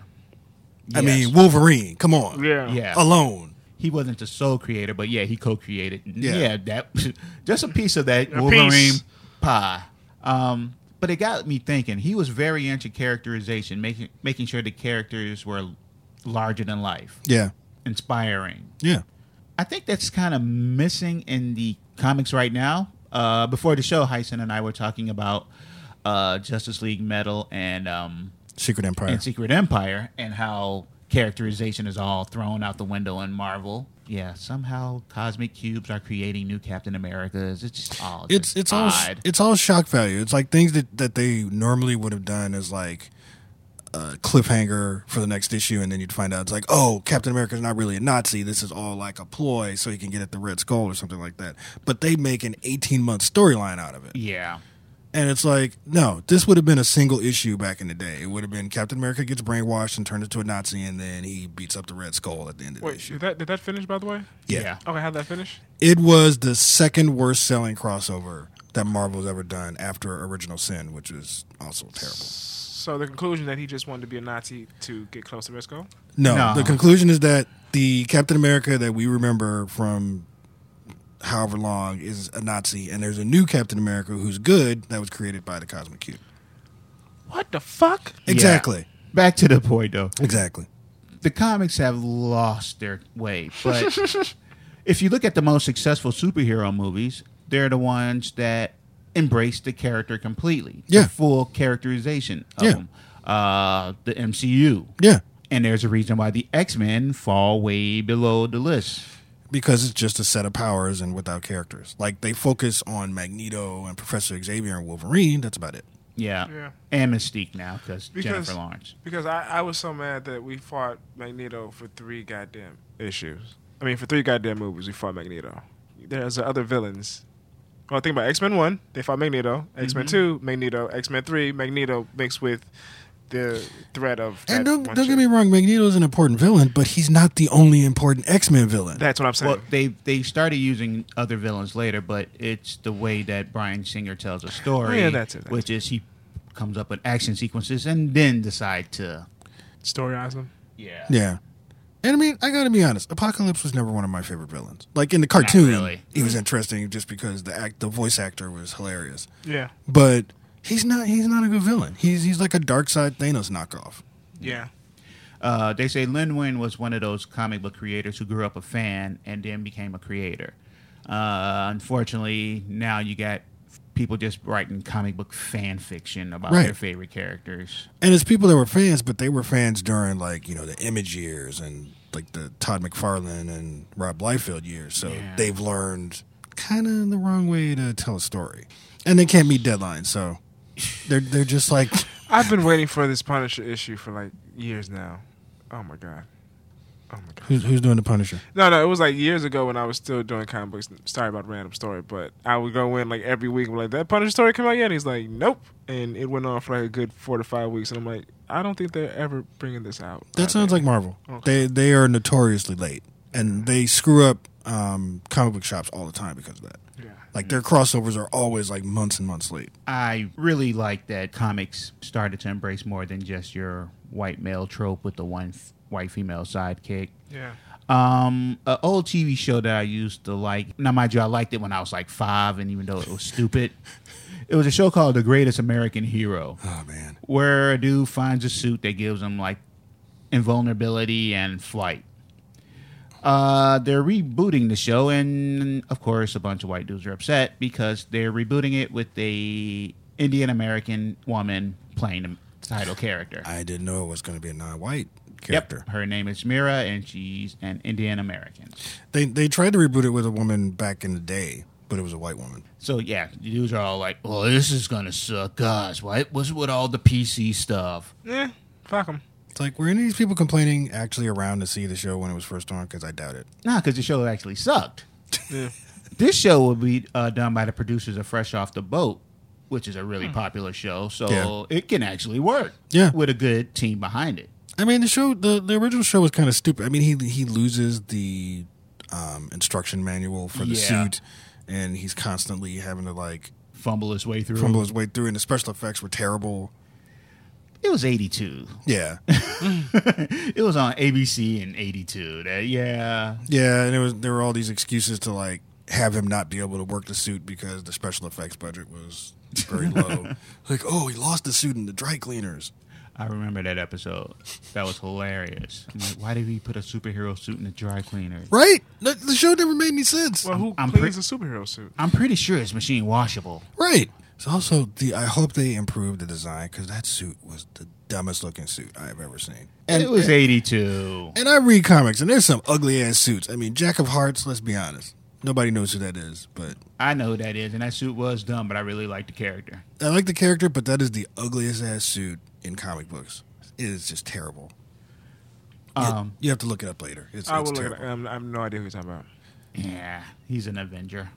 [SPEAKER 2] I
[SPEAKER 1] Yes.
[SPEAKER 2] mean, Wolverine, come on.
[SPEAKER 3] yeah.
[SPEAKER 1] Yeah.
[SPEAKER 2] Alone.
[SPEAKER 1] he wasn't the sole creator, but yeah, he co-created. Yeah,
[SPEAKER 2] Yeah.
[SPEAKER 1] that just a piece of that
[SPEAKER 3] A
[SPEAKER 1] Wolverine
[SPEAKER 3] piece.
[SPEAKER 1] pie. Um, but it got me thinking. He was very into characterization, making making sure the characters were larger than life,
[SPEAKER 2] Yeah.
[SPEAKER 1] inspiring.
[SPEAKER 2] Yeah.
[SPEAKER 1] I think that's kind of missing in the comics right now. Uh, before the show, Heisen and I were talking about uh, Justice League Metal and um,
[SPEAKER 2] Secret Empire.
[SPEAKER 1] and Secret Empire and how characterization is all thrown out the window in Marvel. Yeah, somehow cosmic cubes are creating new Captain Americas. It's just all
[SPEAKER 2] it's
[SPEAKER 1] just
[SPEAKER 2] it's all
[SPEAKER 1] odd.
[SPEAKER 2] it's all shock value. It's like things that that they normally would have done as like a cliffhanger for the next issue, and then you'd find out it's like, oh, Captain America's not really a Nazi. This is all like a ploy so he can get at the Red Skull or something like that. But they make an eighteen month storyline out of it,
[SPEAKER 1] yeah,
[SPEAKER 2] and it's like, no, this would have been a single issue back in the day. It would have been Captain America gets brainwashed and turned into a Nazi, and then he beats up the Red Skull at the end of the
[SPEAKER 3] Wait,
[SPEAKER 2] issue.
[SPEAKER 3] did that did that finish by the way?
[SPEAKER 1] yeah,
[SPEAKER 2] Oh,
[SPEAKER 3] Okay, how'd that finish?
[SPEAKER 2] It was the second worst selling crossover that Marvel's ever done after Original Sin, which is also terrible.
[SPEAKER 3] So the conclusion that he just wanted to be a Nazi to get close to Risco.
[SPEAKER 2] No,
[SPEAKER 1] No.
[SPEAKER 2] the conclusion is that the Captain America that we remember from however long is a Nazi, and there's a new Captain America who's good that was created by the Cosmic Cube.
[SPEAKER 3] What the fuck?
[SPEAKER 2] Exactly.
[SPEAKER 1] Back to the point though,
[SPEAKER 2] Exactly.
[SPEAKER 1] the comics have lost their way. But if you look at the most successful superhero movies, they're the ones that embrace the character completely.
[SPEAKER 2] Yeah.
[SPEAKER 1] the full characterization of
[SPEAKER 2] Yeah.
[SPEAKER 1] them. Uh, the MCU.
[SPEAKER 2] Yeah,
[SPEAKER 1] And there's a reason why the X Men fall way below the list.
[SPEAKER 2] because it's just a set of powers and without characters. Like they focus on Magneto and Professor Xavier and Wolverine. That's about it.
[SPEAKER 1] Yeah.
[SPEAKER 3] Yeah.
[SPEAKER 1] And Mystique now cause
[SPEAKER 3] Because-
[SPEAKER 1] Jennifer Lawrence.
[SPEAKER 3] Because I, I was so mad that we fought Magneto for three goddamn issues. I mean, for three goddamn movies, we fought Magneto. There's other villains. Well, think about X Men One. They fought Magneto. X Men Two, Magneto. X Men Three, Magneto mixed with the threat of.
[SPEAKER 2] And
[SPEAKER 3] that
[SPEAKER 2] don't,
[SPEAKER 3] one
[SPEAKER 2] don't get
[SPEAKER 3] chick.
[SPEAKER 2] me wrong, Magneto's an important villain, but he's not the only important X Men villain.
[SPEAKER 3] That's what I'm saying.
[SPEAKER 1] Well, they they started using other villains later, but it's the way that Brian Singer tells a story,
[SPEAKER 3] Oh, yeah, that's it, that's
[SPEAKER 1] which is he comes up with action sequences and then decide to
[SPEAKER 3] Story awesome.
[SPEAKER 1] yeah
[SPEAKER 2] yeah. And I mean, I gotta be honest. Apocalypse was never one of my favorite villains. Like in the cartoon,
[SPEAKER 1] really.
[SPEAKER 2] he was interesting just because the act, the voice actor was hilarious.
[SPEAKER 3] Yeah.
[SPEAKER 2] But he's not. He's not a good villain. He's he's like a dark side Thanos knockoff.
[SPEAKER 3] Yeah.
[SPEAKER 1] Uh, they say Lin Win was one of those comic book creators who grew up a fan and then became a creator. Uh, unfortunately, now you got people just writing comic book fan fiction about
[SPEAKER 2] Right.
[SPEAKER 1] their favorite characters.
[SPEAKER 2] And it's people that were fans, but they were fans during like you know the Image years and like the Todd McFarlane and Rob Liefeld years. So
[SPEAKER 1] Yeah.
[SPEAKER 2] they've learned kind of the wrong way to tell a story, and they can't meet deadlines. So they're they're just like
[SPEAKER 3] I've been waiting for this Punisher issue for like years now. Oh my god. Oh my god.
[SPEAKER 2] Who's, who's doing the Punisher?
[SPEAKER 3] No, no, it was like years ago when I was still doing comic books. Sorry about random story, but I would go in like every week. and be Like that Punisher story come out yet? And he's like, nope. And it went on for like a good four to five weeks. And I'm like, I don't think they're ever bringing this out.
[SPEAKER 2] That sounds like Marvel. Uh, They they are notoriously late, and they screw up um, comic book shops all the time because of that.
[SPEAKER 3] Yeah.
[SPEAKER 2] Like their crossovers are always like months and months late.
[SPEAKER 1] I really like that comics started to embrace more than just your white male trope with the one f- white female sidekick.
[SPEAKER 3] yeah.
[SPEAKER 1] Um, an old TV show that I used to like. Now, mind you, I liked it when I was like five, and even though it was stupid, it was a show called The Greatest American Hero,
[SPEAKER 2] Oh man,
[SPEAKER 1] where a dude finds a suit that gives him like invulnerability and flight. Uh, they're rebooting the show, and of course, a bunch of white dudes are upset because they're rebooting it with a Indian American woman playing the title character.
[SPEAKER 2] I didn't know it was going to be a non-white character.
[SPEAKER 1] Yep, her name is Mira, and she's an Indian American.
[SPEAKER 2] They they tried to reboot it with a woman back in the day, but it was a white woman.
[SPEAKER 1] So yeah, the dudes are all like, "Well, this is gonna suck, guys. Why? What's with all the PC stuff?"
[SPEAKER 3] Yeah. Fuck them.
[SPEAKER 2] It's like were any of these people complaining actually around to see the show when it was first on? Because I doubt it.
[SPEAKER 1] Nah, because the show actually sucked.
[SPEAKER 3] Yeah.
[SPEAKER 1] This show will be uh, done by the producers of Fresh Off the Boat, which is a really popular show, so
[SPEAKER 2] Hmm. Yeah.
[SPEAKER 1] it can actually work.
[SPEAKER 2] Yeah.
[SPEAKER 1] with a good team behind it.
[SPEAKER 2] I mean, the show the, the original show was kind of stupid. I mean, he he loses the um, instruction manual for the
[SPEAKER 1] Yeah.
[SPEAKER 2] suit, and he's constantly having to like
[SPEAKER 1] Fumble its way through.
[SPEAKER 2] fumble his way through, and the special effects were terrible.
[SPEAKER 1] It was eighty-two.
[SPEAKER 2] Yeah,
[SPEAKER 1] it was on ABC in eighty-two. That yeah,
[SPEAKER 2] yeah, and it was there were all these excuses to like have him not be able to work the suit because the special effects budget was very low. like, oh, he lost the suit in the dry cleaners.
[SPEAKER 1] I remember that episode. That was hilarious. I'm like, why did we put a superhero suit in the dry cleaner?
[SPEAKER 2] Right? The, the show never made any sense.
[SPEAKER 3] Well, who
[SPEAKER 1] I'm
[SPEAKER 3] cleans a superhero suit?
[SPEAKER 1] I'm pretty sure it's machine washable.
[SPEAKER 2] Right. It's also the. I hope they improved the design because that suit was the dumbest looking suit I've ever seen. And
[SPEAKER 1] it was 82.
[SPEAKER 2] And I read comics, and there's some ugly ass suits. I mean, Jack of Hearts. Let's be honest. Nobody knows who that is, but
[SPEAKER 1] I know who that is, and that suit was dumb, but I really liked the character.
[SPEAKER 2] I like the character. But that is the ugliest ass suit in comic books. It is just terrible. You-
[SPEAKER 1] Um,
[SPEAKER 2] you, have to look it up later. It's,
[SPEAKER 3] I
[SPEAKER 2] it's
[SPEAKER 3] will look. At,
[SPEAKER 2] terrible.
[SPEAKER 3] um, I have no idea who you're talking about.
[SPEAKER 1] yeah, he's an Avenger.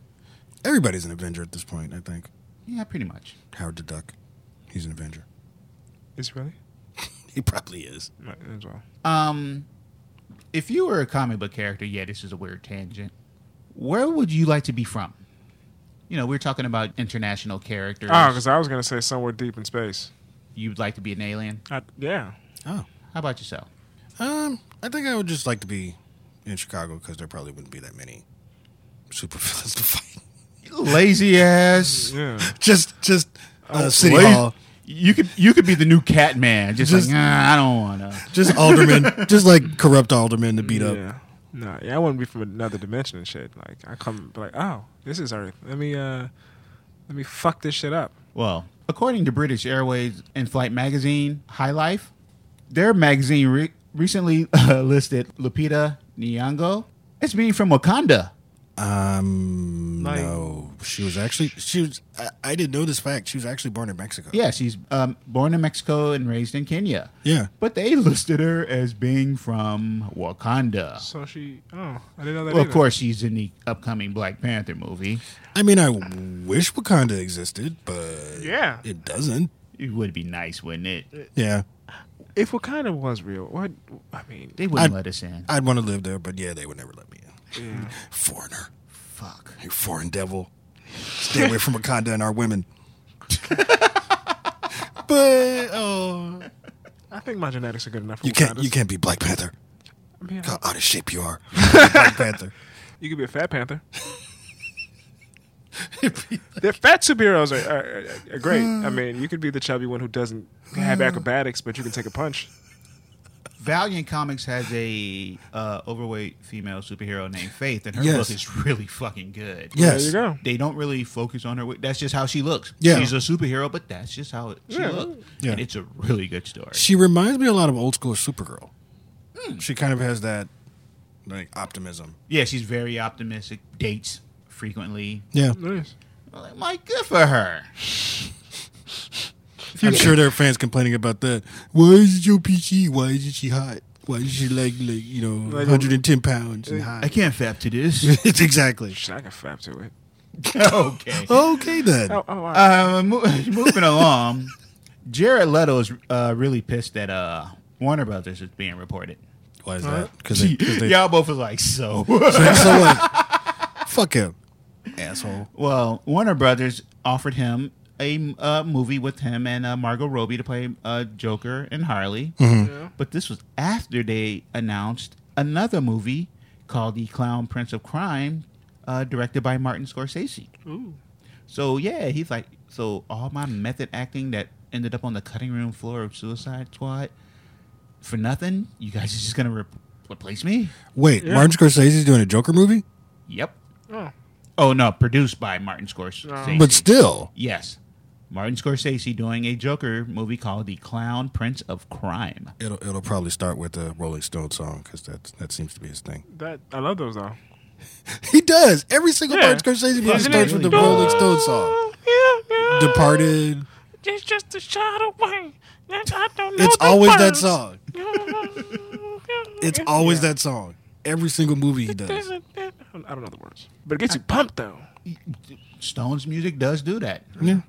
[SPEAKER 2] Everybody's an Avenger at this point. I think
[SPEAKER 1] Yeah, pretty much.
[SPEAKER 2] Howard the Duck. He's an Avenger.
[SPEAKER 3] Is really?
[SPEAKER 2] He probably is.
[SPEAKER 3] Might as well.
[SPEAKER 1] Um, if you were a comic book character, yeah, this is a weird tangent. Where would you like to be from? You know, we are talking about international characters.
[SPEAKER 3] Oh, because I was gonna say somewhere deep in space.
[SPEAKER 1] You'd like to be an alien.
[SPEAKER 3] I, yeah.
[SPEAKER 2] Oh,
[SPEAKER 1] How about yourself?
[SPEAKER 2] um, I think I would just like to be in Chicago because there probably wouldn't be that many super villains to fight.
[SPEAKER 1] Lazy ass.
[SPEAKER 3] Yeah.
[SPEAKER 2] just, just
[SPEAKER 3] Oh,
[SPEAKER 2] uh, City
[SPEAKER 1] Lazy-
[SPEAKER 2] Hall.
[SPEAKER 1] You could you could be the new Cat Man. Just,
[SPEAKER 2] Just-
[SPEAKER 1] like "Nah, I don't wanna.
[SPEAKER 2] Just aldermen, just like corrupt aldermen to beat up.
[SPEAKER 3] Yeah. No, yeah, I wouldn't be from another dimension and shit. Like I come be like, oh, this is Earth. Let me uh let me fuck this shit up.
[SPEAKER 1] Well, according to British Airways and Flight Magazine, High Life, their magazine re- recently uh, listed Lupita Nyong'o as being from Wakanda.
[SPEAKER 2] Um,
[SPEAKER 3] Like-
[SPEAKER 2] no, she was actually she was. I, I didn't know this fact. She was actually born in Mexico.
[SPEAKER 1] Yeah, she's um, born in Mexico and raised in Kenya.
[SPEAKER 2] Yeah.
[SPEAKER 1] But they listed her as being from Wakanda.
[SPEAKER 3] So she oh, I didn't know that.
[SPEAKER 1] Well, of
[SPEAKER 3] either.
[SPEAKER 1] course, she's in the upcoming Black Panther movie.
[SPEAKER 2] I mean, I wish Wakanda existed, but
[SPEAKER 3] Yeah.
[SPEAKER 2] it doesn't.
[SPEAKER 1] It would be nice, wouldn't it?
[SPEAKER 2] Yeah,
[SPEAKER 3] If Wakanda was real, what I mean
[SPEAKER 1] They wouldn't
[SPEAKER 2] I-
[SPEAKER 1] let us in.
[SPEAKER 2] I'd want to live there, but yeah, they would never let me in.
[SPEAKER 3] yeah.
[SPEAKER 2] Foreigner,
[SPEAKER 1] Fuck.
[SPEAKER 2] you foreign devil, stay away from Wakanda and our women. but oh,
[SPEAKER 3] I think my genetics are good enough for
[SPEAKER 2] you can't
[SPEAKER 3] Wakandas.
[SPEAKER 2] you can't be Black Panther.
[SPEAKER 3] I mean,
[SPEAKER 2] Look How out of shape you are, Black Panther.
[SPEAKER 3] you could be a fat panther. The fat superheroes are, are, are great. I mean, you could be the chubby one who doesn't have acrobatics, but you can take a punch.
[SPEAKER 1] Valiant Comics has a uh, overweight female superhero named Faith, and her
[SPEAKER 2] Yes.
[SPEAKER 1] look is really fucking good.
[SPEAKER 2] Yes.
[SPEAKER 3] There you go.
[SPEAKER 1] They don't really focus on her. weight. That's just how she looks.
[SPEAKER 2] Yeah.
[SPEAKER 1] She's a superhero, but that's just how it, she
[SPEAKER 3] Yeah.
[SPEAKER 1] looks.
[SPEAKER 2] Yeah.
[SPEAKER 1] And it's a really good story.
[SPEAKER 2] She reminds me a lot of old school Supergirl. She kind of has that like optimism.
[SPEAKER 1] Yeah, she's very optimistic, dates frequently.
[SPEAKER 2] Yeah.
[SPEAKER 3] Nice.
[SPEAKER 1] I'm like, Mike, good for her.
[SPEAKER 2] I'm sure there are fans complaining about that. Why is it so PG? Why isn't she hot? Why is she like, like you know,
[SPEAKER 3] Like-
[SPEAKER 2] 110 pounds and
[SPEAKER 1] I
[SPEAKER 2] high?
[SPEAKER 1] can't fap to this.
[SPEAKER 2] it's exactly.
[SPEAKER 3] Shit, I can fap to it.
[SPEAKER 1] okay.
[SPEAKER 2] Okay then.
[SPEAKER 3] Oh, oh, wow.
[SPEAKER 1] Uh, mo- moving along, Jared Leto is uh, really pissed that uh, Warner Brothers is being reported.
[SPEAKER 2] Why is that? Because they, 'cause they
[SPEAKER 1] Y'all both was like, so.
[SPEAKER 2] so what? Fuck him, asshole.
[SPEAKER 1] well, Warner Brothers offered him a uh, movie with him and uh, Margot Robbie to play uh, Joker and Harley. But this was after they announced another movie called The Clown Prince of Crime, uh, directed by Martin Scorsese.
[SPEAKER 3] Ooh.
[SPEAKER 1] So yeah, he's like, so all my method acting that ended up on the cutting room floor of Suicide Squad for nothing. You guys are just gonna re- replace me?
[SPEAKER 2] Wait, Martin Scorsese's doing a Joker movie,
[SPEAKER 1] Yep.
[SPEAKER 3] Oh.
[SPEAKER 1] Oh no, produced by Martin Scorsese.
[SPEAKER 3] No.
[SPEAKER 2] but still,
[SPEAKER 1] yes, Martin Scorsese doing a Joker movie called The Clown Prince of Crime.
[SPEAKER 2] it'll it'll probably start with the Rolling Stone song because that that seems to be his thing.
[SPEAKER 3] That I love those though.
[SPEAKER 2] He does every single
[SPEAKER 3] Yeah.
[SPEAKER 2] Martin Scorsese movie
[SPEAKER 3] Isn't
[SPEAKER 2] starts
[SPEAKER 3] it?
[SPEAKER 2] with the Rolling Stone song.
[SPEAKER 3] Yeah, yeah.
[SPEAKER 2] Departed.
[SPEAKER 3] It's just a shot away. That's, I don't know
[SPEAKER 2] It's
[SPEAKER 3] the
[SPEAKER 2] always that
[SPEAKER 3] words.
[SPEAKER 2] song. It's always that song. Every single movie he does.
[SPEAKER 3] I don't know the words, but it gets you pumped though.
[SPEAKER 1] Stone's music does do that.
[SPEAKER 2] Yeah.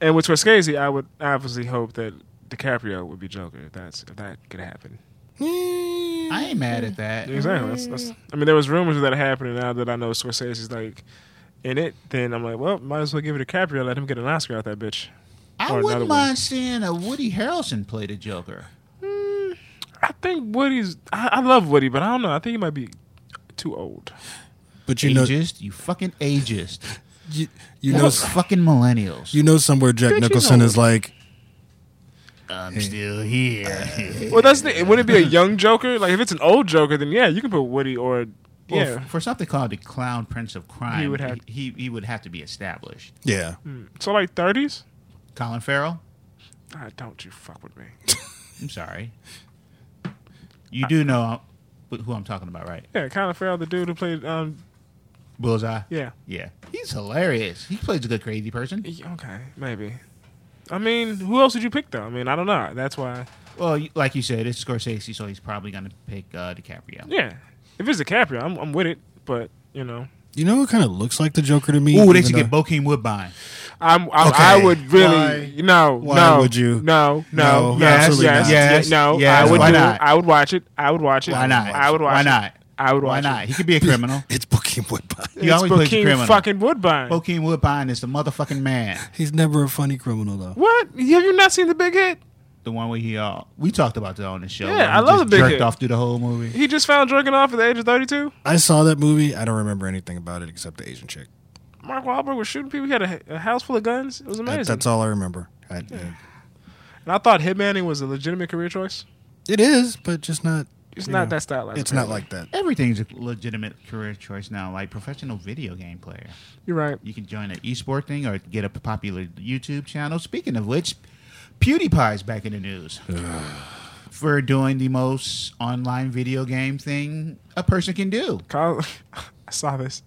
[SPEAKER 3] And with Scorsese, I would obviously hope that DiCaprio would be Joker. If that's if that could happen.
[SPEAKER 1] I ain't mad at that.
[SPEAKER 3] Exactly. That's, that's, I mean, there was rumors of that happening. Now that I know Scorsese's like in it, then I'm like, well, might as well give it to DiCaprio. Let him get an Oscar out that bitch.
[SPEAKER 1] I
[SPEAKER 3] Or another
[SPEAKER 1] wouldn't
[SPEAKER 3] one.
[SPEAKER 1] mind seeing a Woody Harrelson play the Joker.
[SPEAKER 3] I think Woody's. I, I love Woody, but I don't know. I think he might be too old.
[SPEAKER 2] But you know,
[SPEAKER 1] Ageist, you fucking ageist.
[SPEAKER 2] you, you know,
[SPEAKER 1] Those fucking millennials.
[SPEAKER 2] you know somewhere Jack
[SPEAKER 3] Bitch, you
[SPEAKER 2] Nicholson
[SPEAKER 3] know.
[SPEAKER 2] is like,
[SPEAKER 1] I'm still here.
[SPEAKER 3] Well, that's the. Would it be a young Joker? Like if it's an old Joker, then yeah, you can put Woody or
[SPEAKER 1] Well,
[SPEAKER 3] yeah.
[SPEAKER 1] f- for something called the Clown Prince of Crime,
[SPEAKER 3] He would have-
[SPEAKER 1] he, he would have to be established.
[SPEAKER 2] yeah,
[SPEAKER 3] so like 30s.
[SPEAKER 1] Colin Farrell,
[SPEAKER 3] Ah, don't you fuck with me.
[SPEAKER 1] I'm sorry. You do know wh- who I'm talking about, right?
[SPEAKER 3] Yeah, Colin Farrell, the dude who played. Um,
[SPEAKER 1] Bullseye.
[SPEAKER 3] yeah.
[SPEAKER 1] yeah. He's hilarious. He plays a good crazy person.
[SPEAKER 3] Yeah, Okay, maybe. I mean, who else would you pick though? I mean, I don't know. That's why.
[SPEAKER 1] Well, you- like you said, it's Scorsese, so he's probably going to pick uh, DiCaprio.
[SPEAKER 3] Yeah, if it's DiCaprio, I'm I'm with it. But you know,
[SPEAKER 2] you know what kind of looks like the Joker to
[SPEAKER 1] Ooh,
[SPEAKER 2] me.
[SPEAKER 1] they
[SPEAKER 2] Even
[SPEAKER 1] should get
[SPEAKER 2] though-
[SPEAKER 1] Bokeem Woodbine.
[SPEAKER 3] I'm, I'm I
[SPEAKER 2] Okay.
[SPEAKER 3] would really
[SPEAKER 2] Why-
[SPEAKER 3] no
[SPEAKER 2] why
[SPEAKER 3] no
[SPEAKER 2] would you?
[SPEAKER 3] no no,
[SPEAKER 2] No,
[SPEAKER 3] yes
[SPEAKER 2] absolutely
[SPEAKER 3] yes,
[SPEAKER 2] not.
[SPEAKER 1] Yes,
[SPEAKER 3] yeah, no
[SPEAKER 1] yes,
[SPEAKER 3] I would
[SPEAKER 1] why
[SPEAKER 3] do it.
[SPEAKER 1] not?
[SPEAKER 3] I would watch it I would watch it
[SPEAKER 1] Why not?
[SPEAKER 3] I would watch
[SPEAKER 1] Why
[SPEAKER 3] it.
[SPEAKER 1] not?
[SPEAKER 3] I would
[SPEAKER 1] Why
[SPEAKER 3] watch
[SPEAKER 1] not?
[SPEAKER 3] it
[SPEAKER 1] He could be a criminal.
[SPEAKER 2] It's Bokeem Woodbine.
[SPEAKER 1] He
[SPEAKER 3] it's
[SPEAKER 1] always plays a
[SPEAKER 3] Bokeem
[SPEAKER 1] criminal.
[SPEAKER 3] fucking Woodbine
[SPEAKER 1] Bokeem Woodbine is the motherfucking man.
[SPEAKER 2] He's never a funny criminal though.
[SPEAKER 3] what have you not seen the big hit
[SPEAKER 1] The one where he uh we talked about that on the show.
[SPEAKER 3] Yeah,
[SPEAKER 1] where he
[SPEAKER 3] I love
[SPEAKER 1] just
[SPEAKER 3] the big
[SPEAKER 1] jerked
[SPEAKER 3] head.
[SPEAKER 1] off through the whole movie.
[SPEAKER 3] he just found drinking off at the age of 32
[SPEAKER 2] I saw that movie. I don't remember anything about it except the Asian chick.
[SPEAKER 3] Mark Wahlberg was shooting people he had a, a house full of guns it was
[SPEAKER 2] That-
[SPEAKER 3] amazing
[SPEAKER 2] that's all I remember. I,
[SPEAKER 3] and I thought Hitmanning was a legitimate career choice
[SPEAKER 2] It is, but just not.
[SPEAKER 3] it's
[SPEAKER 2] you
[SPEAKER 3] not
[SPEAKER 2] know,
[SPEAKER 3] that stylized
[SPEAKER 2] It's not like that.
[SPEAKER 1] Everything's a legitimate career choice now, like professional video game player.
[SPEAKER 3] you're right
[SPEAKER 1] You can join an esport thing or get a popular YouTube channel. Speaking of which, PewDiePie's back in the news for doing the most online video game thing a person can do.
[SPEAKER 3] Kyle, I saw this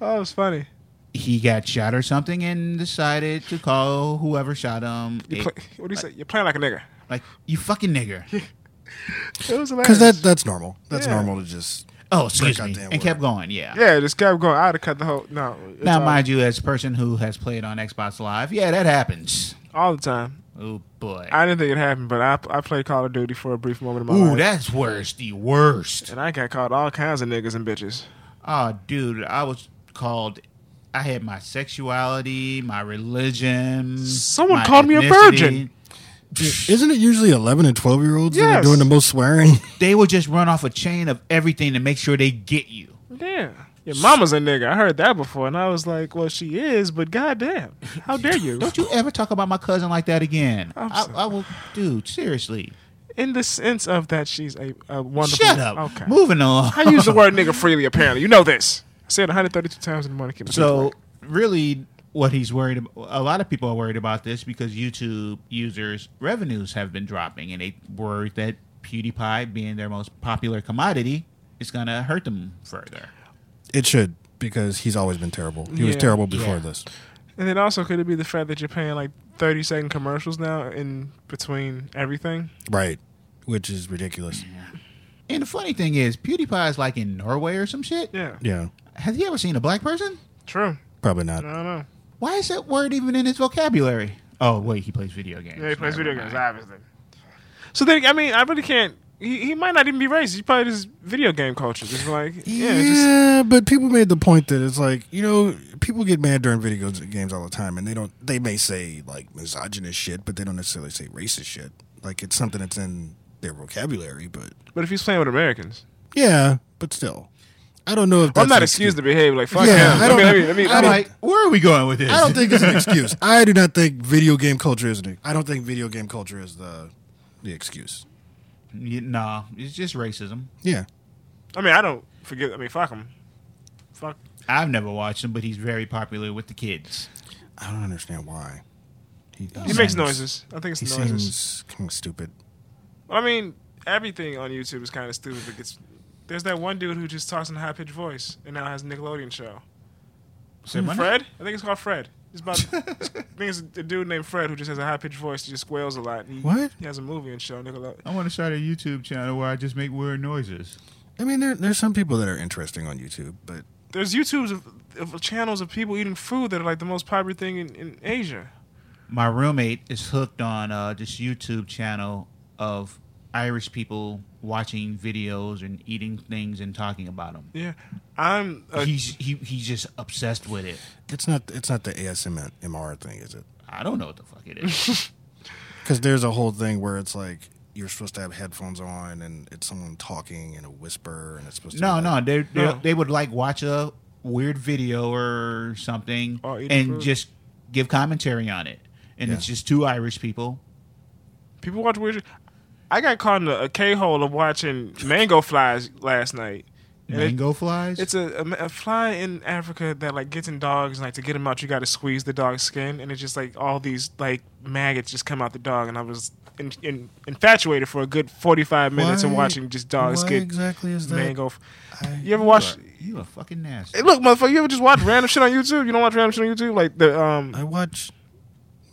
[SPEAKER 3] oh it was funny
[SPEAKER 1] He got shot or something and decided to call whoever shot him.
[SPEAKER 3] you
[SPEAKER 1] a-
[SPEAKER 3] play, what do you say you're playing like a nigga
[SPEAKER 1] like you fucking nigger.
[SPEAKER 3] it was hilarious
[SPEAKER 2] Because that that's normal. That's
[SPEAKER 3] Yeah.
[SPEAKER 2] normal to just.
[SPEAKER 1] Oh, excuse me,
[SPEAKER 2] Goddamn
[SPEAKER 1] and
[SPEAKER 2] word.
[SPEAKER 1] kept going. Yeah.
[SPEAKER 3] Yeah, just kept going. I'd have cut the whole. No, it's
[SPEAKER 1] Now,
[SPEAKER 3] all,
[SPEAKER 1] mind you, as a person who has played on Xbox Live, yeah, that happens.
[SPEAKER 3] all the time.
[SPEAKER 1] Oh boy.
[SPEAKER 3] I didn't think it happened, but I I played Call of Duty for a brief moment in my
[SPEAKER 1] Ooh,
[SPEAKER 3] life,
[SPEAKER 1] that's worse. The worst.
[SPEAKER 3] and I got called all kinds of niggas and bitches.
[SPEAKER 1] Oh, dude, I was called. I had my sexuality, my religion.
[SPEAKER 3] Someone
[SPEAKER 1] my
[SPEAKER 3] called me a
[SPEAKER 1] ethnicity.
[SPEAKER 3] virgin.
[SPEAKER 2] Isn't it usually eleven and twelve year olds that are
[SPEAKER 3] Yes.
[SPEAKER 2] doing the most swearing?
[SPEAKER 1] They will just run off a chain of everything to make sure they get you.
[SPEAKER 3] Yeah, your mama's a nigga. I heard that before, and I was like, well, she is, but goddamn, how dare you?
[SPEAKER 1] Don't you ever talk about my cousin like that again?
[SPEAKER 3] I'm
[SPEAKER 1] I,
[SPEAKER 3] sorry.
[SPEAKER 1] I will, dude. Seriously,
[SPEAKER 3] In the sense of that, she's a, a wonderful.
[SPEAKER 1] shut up.
[SPEAKER 3] Okay.
[SPEAKER 1] Moving on.
[SPEAKER 3] I use the word nigga freely. Apparently, you know this. I said 132 times in the morning. Keep it
[SPEAKER 1] So
[SPEAKER 3] to the
[SPEAKER 1] really, what he's worried about, a lot of people are worried about this because YouTube users' revenues have been dropping, and they worry that PewDiePie, being their most popular commodity, is going to hurt them further.
[SPEAKER 2] It should because he's always been terrible. He was
[SPEAKER 3] Yeah.
[SPEAKER 2] terrible before
[SPEAKER 1] Yeah.
[SPEAKER 2] this.
[SPEAKER 3] and then also, could it be the fact that you're paying like 30 second commercials now in between everything?
[SPEAKER 2] Right. Which is ridiculous.
[SPEAKER 1] And the funny thing is, PewDiePie is like in Norway or some shit.
[SPEAKER 3] Yeah.
[SPEAKER 2] Yeah,
[SPEAKER 1] Has he ever seen a black person?
[SPEAKER 3] True.
[SPEAKER 2] probably not.
[SPEAKER 3] I don't know.
[SPEAKER 1] Why is that word even in his vocabulary? Oh wait, he plays video games.
[SPEAKER 3] Yeah, he plays
[SPEAKER 1] Never
[SPEAKER 3] video
[SPEAKER 1] mind.
[SPEAKER 3] games, obviously. So then, I mean, I really can't. He, he might not even be racist. He probably just video game culture. Just like, yeah,
[SPEAKER 2] Yeah,
[SPEAKER 3] just.
[SPEAKER 2] but people made the point that it's like you know people get mad during video games all the time, and they don't. They may say like misogynist shit, but they don't necessarily say racist shit. Like it's something that's in their vocabulary, but
[SPEAKER 3] But if he's playing with Americans,
[SPEAKER 2] yeah, but still, I don't know if that's
[SPEAKER 3] I'm not
[SPEAKER 2] an
[SPEAKER 3] excused
[SPEAKER 2] excuse.
[SPEAKER 3] to behave like fuck
[SPEAKER 2] Yeah,
[SPEAKER 3] him.
[SPEAKER 2] I
[SPEAKER 3] I,
[SPEAKER 2] don't
[SPEAKER 3] mean, I
[SPEAKER 2] know.
[SPEAKER 3] mean, I mean,
[SPEAKER 2] I
[SPEAKER 3] I
[SPEAKER 1] I'm
[SPEAKER 3] mean,
[SPEAKER 1] like, where are we going with this?
[SPEAKER 2] I don't think it's an excuse. I do not think video game culture is an. I don't think video game culture is the the excuse.
[SPEAKER 1] Yeah, nah, it's just racism.
[SPEAKER 2] Yeah,
[SPEAKER 3] I mean, I don't forget. I mean, fuck him. Fuck.
[SPEAKER 1] I've never watched him, but he's very popular with the kids.
[SPEAKER 2] I don't understand why. He,
[SPEAKER 3] He makes noises. I think it's
[SPEAKER 2] He
[SPEAKER 3] noises.
[SPEAKER 2] seems kind of stupid.
[SPEAKER 3] I mean, everything on YouTube is kind of stupid. But it's, there's that one dude who just talks in a high pitched voice and now has a Nickelodeon show.
[SPEAKER 1] Say my name.
[SPEAKER 3] Fred? I think it's called Fred. It's about I think it's a dude named Fred who just has a high pitched voice. He just squeals a lot. He,
[SPEAKER 2] What?
[SPEAKER 3] He has a movie and show Nickelodeon.
[SPEAKER 1] I want to start a YouTube channel where I just make weird noises.
[SPEAKER 2] I mean, there, there's some people that are interesting on YouTube, but
[SPEAKER 3] There's YouTube's of, of channels of people eating food that are like the most popular thing in, in Asia.
[SPEAKER 1] My roommate is hooked on uh, this YouTube channel of Irish people watching videos and eating things and talking about them.
[SPEAKER 3] Yeah, I'm. A,
[SPEAKER 1] he's he, he's just obsessed with it.
[SPEAKER 2] it's not it's not the ASMR MR thing, is it?
[SPEAKER 1] I don't know what the fuck it is.
[SPEAKER 2] Because there's a whole thing where it's like you're supposed to have headphones on, and it's someone talking in a whisper, and it's supposed to
[SPEAKER 1] no,
[SPEAKER 2] be
[SPEAKER 1] no,
[SPEAKER 2] like-
[SPEAKER 1] they they
[SPEAKER 3] No.
[SPEAKER 1] they would like watch a weird video or something
[SPEAKER 3] Or eating
[SPEAKER 1] and
[SPEAKER 3] food.
[SPEAKER 1] just give commentary on it. And
[SPEAKER 2] Yeah.
[SPEAKER 1] it's just two Irish people.
[SPEAKER 3] people watch weird. shit. I got caught in a, a K hole of watching mango flies last night. And it-
[SPEAKER 1] Mango flies.
[SPEAKER 3] It's a, a, ma- a fly in Africa that like gets in dogs, and like to get them out, you got to squeeze the dog's skin, and it's just like all these like maggots just come out the dog, and I was in, in, infatuated for a good forty five minutes of
[SPEAKER 2] Why-
[SPEAKER 3] watching just dogs
[SPEAKER 2] why
[SPEAKER 3] get
[SPEAKER 2] exactly is that?
[SPEAKER 3] mango. f-
[SPEAKER 2] I-
[SPEAKER 3] You ever watch?
[SPEAKER 1] you a fucking nasty.
[SPEAKER 3] Hey, look, motherfucker, you ever just watch random shit on YouTube? You don't watch random shit on YouTube, like the um.
[SPEAKER 2] I watch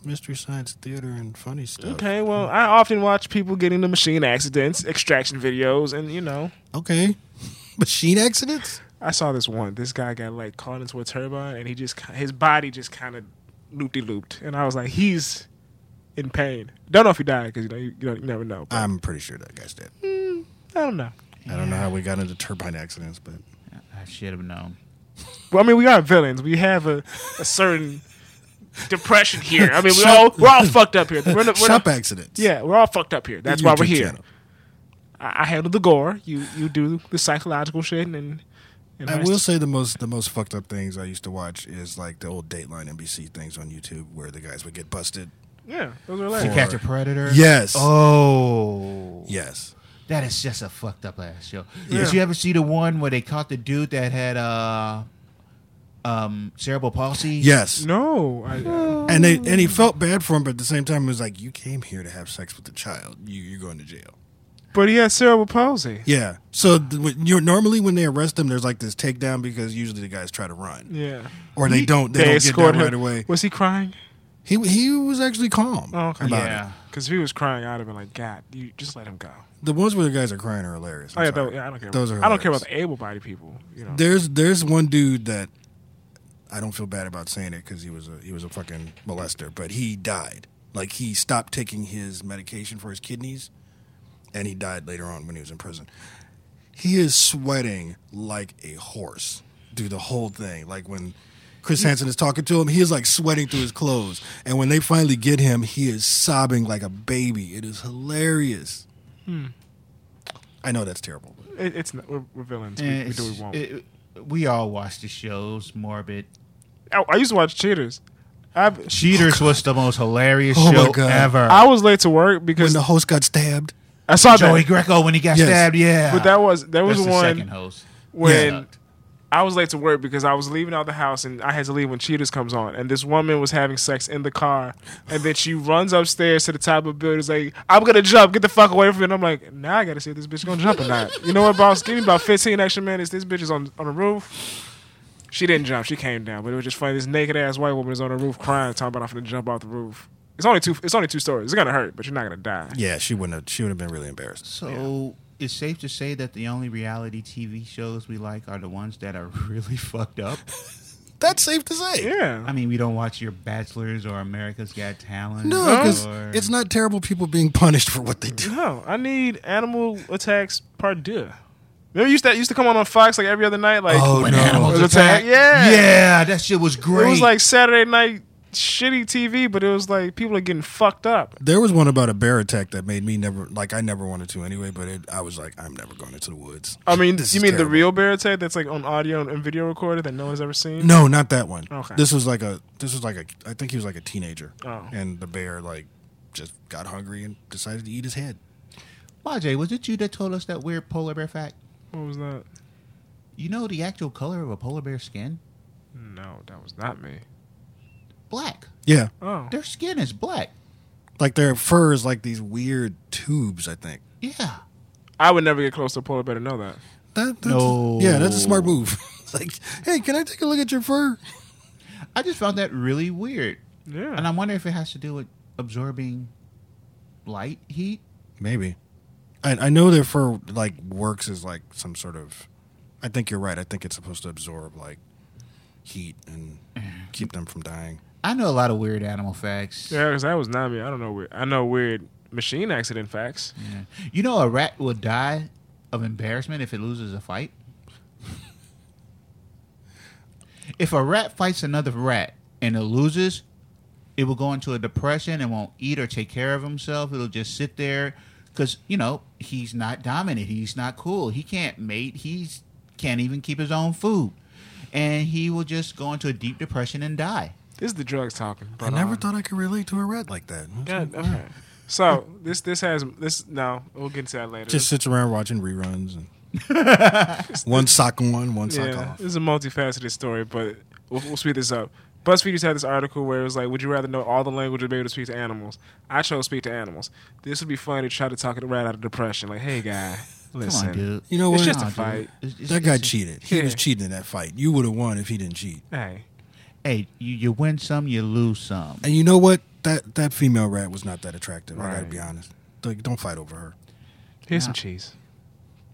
[SPEAKER 2] Mystery Science Theater and funny stuff.
[SPEAKER 3] Okay, well, I often watch people getting into machine accidents, extraction videos, and you know,
[SPEAKER 2] okay, machine accidents.
[SPEAKER 3] I saw this one. This guy got like caught into a turbine, and he just his body just kind of looped looped, and I was like, he's in pain. Don't know if he died because you know you, you, don't, you never know. But
[SPEAKER 2] I'm pretty sure that guy's dead.
[SPEAKER 3] I don't know.
[SPEAKER 2] I don't know how we got into turbine accidents, but
[SPEAKER 1] I should have known.
[SPEAKER 3] Well, I mean, we are villains. We have a, a certain depression here. I mean, we
[SPEAKER 2] Shop-
[SPEAKER 3] all we're all fucked up here. We're, in a- we're in a-
[SPEAKER 2] shop accidents.
[SPEAKER 3] yeah, we're all fucked up here. That's why we're
[SPEAKER 2] YouTube
[SPEAKER 3] here.
[SPEAKER 2] channel.
[SPEAKER 3] I, I handle the gore. You you do the psychological shit, and and
[SPEAKER 2] I will say the most the most fucked up things I used to watch is like the old Dateline NBC things on YouTube where the guys would get busted.
[SPEAKER 3] Yeah, those
[SPEAKER 1] To
[SPEAKER 3] are hilarious.
[SPEAKER 1] catch a predator.
[SPEAKER 2] Yes.
[SPEAKER 1] Oh.
[SPEAKER 2] Yes.
[SPEAKER 1] That is just a fucked up ass show.
[SPEAKER 3] Yeah.
[SPEAKER 1] Did you ever see the one where they caught the dude that had uh um cerebral palsy?
[SPEAKER 2] Yes.
[SPEAKER 3] No, I,
[SPEAKER 2] And they and he felt bad for him, but at the same time it was like, You came here to have sex with a child. You you're going to jail.
[SPEAKER 3] but he has cerebral palsy.
[SPEAKER 2] Yeah. So th- when you're normally when they arrest them, there's like this takedown because usually the guys try to run
[SPEAKER 3] Yeah.
[SPEAKER 2] or they don't. They, don't get down
[SPEAKER 3] escorted
[SPEAKER 2] right away.
[SPEAKER 3] Was he crying?
[SPEAKER 2] He he was actually calm
[SPEAKER 3] Oh, okay.
[SPEAKER 2] about
[SPEAKER 1] Yeah.
[SPEAKER 2] it.
[SPEAKER 3] Because if he was crying, I'd have been like, God, you just let him go.
[SPEAKER 2] The ones where the guys are crying are hilarious. I'm
[SPEAKER 3] Oh, yeah,
[SPEAKER 2] sorry.
[SPEAKER 3] though, yeah, I don't care.
[SPEAKER 2] Those are
[SPEAKER 3] I don't care
[SPEAKER 2] hilarious.
[SPEAKER 3] about the able-bodied people. You know,
[SPEAKER 2] There's there's one dude that I don't feel bad about saying it because he was a he was a fucking molester, but he died. Like he stopped taking his medication for his kidneys, and he died later on when he was in prison. He is sweating like a horse through the whole thing. Like when Chris Hansen is talking to him, he is like sweating through his clothes. And when they finally get him, he is sobbing like a baby. It is hilarious. I know that's terrible. But
[SPEAKER 3] it, it's not, we're, we're villains. We,
[SPEAKER 1] And
[SPEAKER 3] we do what
[SPEAKER 1] Eh, it's-
[SPEAKER 3] we
[SPEAKER 1] it-
[SPEAKER 3] want.
[SPEAKER 1] we all watch the shows, morbid.
[SPEAKER 3] I, Oh, I used to watch Cheaters. I've,
[SPEAKER 1] Cheaters was the most hilarious
[SPEAKER 2] Oh, my
[SPEAKER 1] show
[SPEAKER 2] God.
[SPEAKER 1] ever.
[SPEAKER 3] I was late to work
[SPEAKER 2] when
[SPEAKER 3] because
[SPEAKER 2] the host got stabbed.
[SPEAKER 3] I saw
[SPEAKER 1] Joey
[SPEAKER 3] that.
[SPEAKER 1] Greco when he got
[SPEAKER 2] Yes.
[SPEAKER 1] stabbed, yeah.
[SPEAKER 3] But that was there was
[SPEAKER 1] That's the second
[SPEAKER 3] one
[SPEAKER 1] host.
[SPEAKER 3] when
[SPEAKER 1] Yeah.
[SPEAKER 3] I was late to work because I was leaving out the house and I had to leave when Cheaters comes on. And this woman was having sex in the car. And then she runs upstairs to the top of the building. Is like, I'm going to jump. Get the fuck away from me. And I'm like, now I got to see if this bitch going to jump or not. You know what, boss? Give me about 15 extra minutes. This bitch is on, on the roof. She didn't jump. She came down. But it was just funny. This naked ass white woman is on the roof crying, talking about I'm going to jump off the roof. It's only two. It's only two stories. It's gonna hurt, but you're not gonna die.
[SPEAKER 2] Yeah, she wouldn't have. She would have been really embarrassed.
[SPEAKER 1] So it's safe to say that the only reality TV shows we like are the ones that are really fucked up.
[SPEAKER 2] That's safe to say.
[SPEAKER 3] Yeah.
[SPEAKER 1] I mean, we don't watch your Bachelors or America's Got Talent.
[SPEAKER 2] No,
[SPEAKER 3] Oh.
[SPEAKER 2] because
[SPEAKER 1] or-
[SPEAKER 2] it's not terrible people being punished for what they do.
[SPEAKER 3] No, Oh, I need animal attacks par deux. Remember, used that used to come on on Fox like every other night. Like
[SPEAKER 2] Oh,
[SPEAKER 1] when
[SPEAKER 2] no.
[SPEAKER 1] animals
[SPEAKER 3] It was a
[SPEAKER 1] attack.
[SPEAKER 3] tag- yeah.
[SPEAKER 1] yeah, that shit was
[SPEAKER 3] it
[SPEAKER 1] great.
[SPEAKER 3] was like Saturday night shitty TV, but it was like people are getting fucked up.
[SPEAKER 2] There was one about a bear attack that made me never like I never wanted to anyway, but it, I was like I'm never going into the woods.
[SPEAKER 3] I mean,
[SPEAKER 2] This
[SPEAKER 3] you
[SPEAKER 2] is
[SPEAKER 3] mean the
[SPEAKER 2] terrible.
[SPEAKER 3] real bear attack that's like on audio and- and video recorder that no one's ever seen?
[SPEAKER 2] No, not that one.
[SPEAKER 3] Okay.
[SPEAKER 2] This was like a this was like a I think he was like a teenager.
[SPEAKER 3] Oh.
[SPEAKER 2] And the bear like just got hungry and decided to eat his head.
[SPEAKER 1] Wajay, was it you that told us that weird polar bear fact?
[SPEAKER 3] What was that?
[SPEAKER 1] You know the actual color of a polar bear's skin?
[SPEAKER 3] No, that was not me.
[SPEAKER 1] Black.
[SPEAKER 2] Yeah.
[SPEAKER 3] Oh,
[SPEAKER 1] Their skin is black.
[SPEAKER 2] Like their fur is like these weird tubes, I think.
[SPEAKER 1] Yeah.
[SPEAKER 3] I would never get close to a polar bear to know that.
[SPEAKER 2] That, that's
[SPEAKER 1] No.
[SPEAKER 2] Yeah, that's a smart move. like, hey, can I take a look at your fur?
[SPEAKER 1] I just found that really weird.
[SPEAKER 3] Yeah.
[SPEAKER 1] And I'm wondering if it has to do with absorbing light heat.
[SPEAKER 2] Maybe. I, I know their fur like works as like some sort of. I think you're right. I think it's supposed to absorb like heat and
[SPEAKER 3] Mm-hmm.
[SPEAKER 2] keep them from dying.
[SPEAKER 1] I know a lot of weird animal facts.
[SPEAKER 3] Yeah, because that was not me. I don't know weird. I know weird machine accident facts.
[SPEAKER 1] Yeah. You know, a rat will die of embarrassment if it loses a fight. if a rat fights another rat and it loses, it will go into a depression and won't eat or take care of himself. It'll just sit there because you know he's not dominant. He's not cool. He can't mate. He's can't even keep his own food, and he will just go into a deep depression and die.
[SPEAKER 3] This is the drugs talking.
[SPEAKER 2] I never thought I could relate to a rat like that.
[SPEAKER 3] God, okay. So this this has this no. We'll get to that later.
[SPEAKER 2] Just sits around watching reruns and one sock on, one sock
[SPEAKER 3] yeah,
[SPEAKER 2] off.
[SPEAKER 3] this is a multifaceted story, but we'll, we'll speed this up. BuzzFeed used to have this article where it was like, "Would you rather know all the language or be able to speak to animals?" I chose to speak to animals. This would be fun to try to talk a rat out of depression. Like, hey guy, listen,
[SPEAKER 1] Come on, dude.
[SPEAKER 2] You know what?
[SPEAKER 3] it's just
[SPEAKER 1] Nah,
[SPEAKER 3] a
[SPEAKER 1] dude.
[SPEAKER 3] fight.
[SPEAKER 1] It's- it's-
[SPEAKER 2] that guy
[SPEAKER 1] it's-
[SPEAKER 2] cheated. He was
[SPEAKER 3] Yeah.
[SPEAKER 2] cheating in that fight. You would have won if he didn't cheat.
[SPEAKER 3] Hey,
[SPEAKER 1] Hey, you, you win some, you lose some.
[SPEAKER 2] And you know what? That that female rat was not that attractive. I gotta
[SPEAKER 3] Right.
[SPEAKER 2] be honest. Like, don't fight over her.
[SPEAKER 3] here's
[SPEAKER 1] Nah.
[SPEAKER 3] some cheese,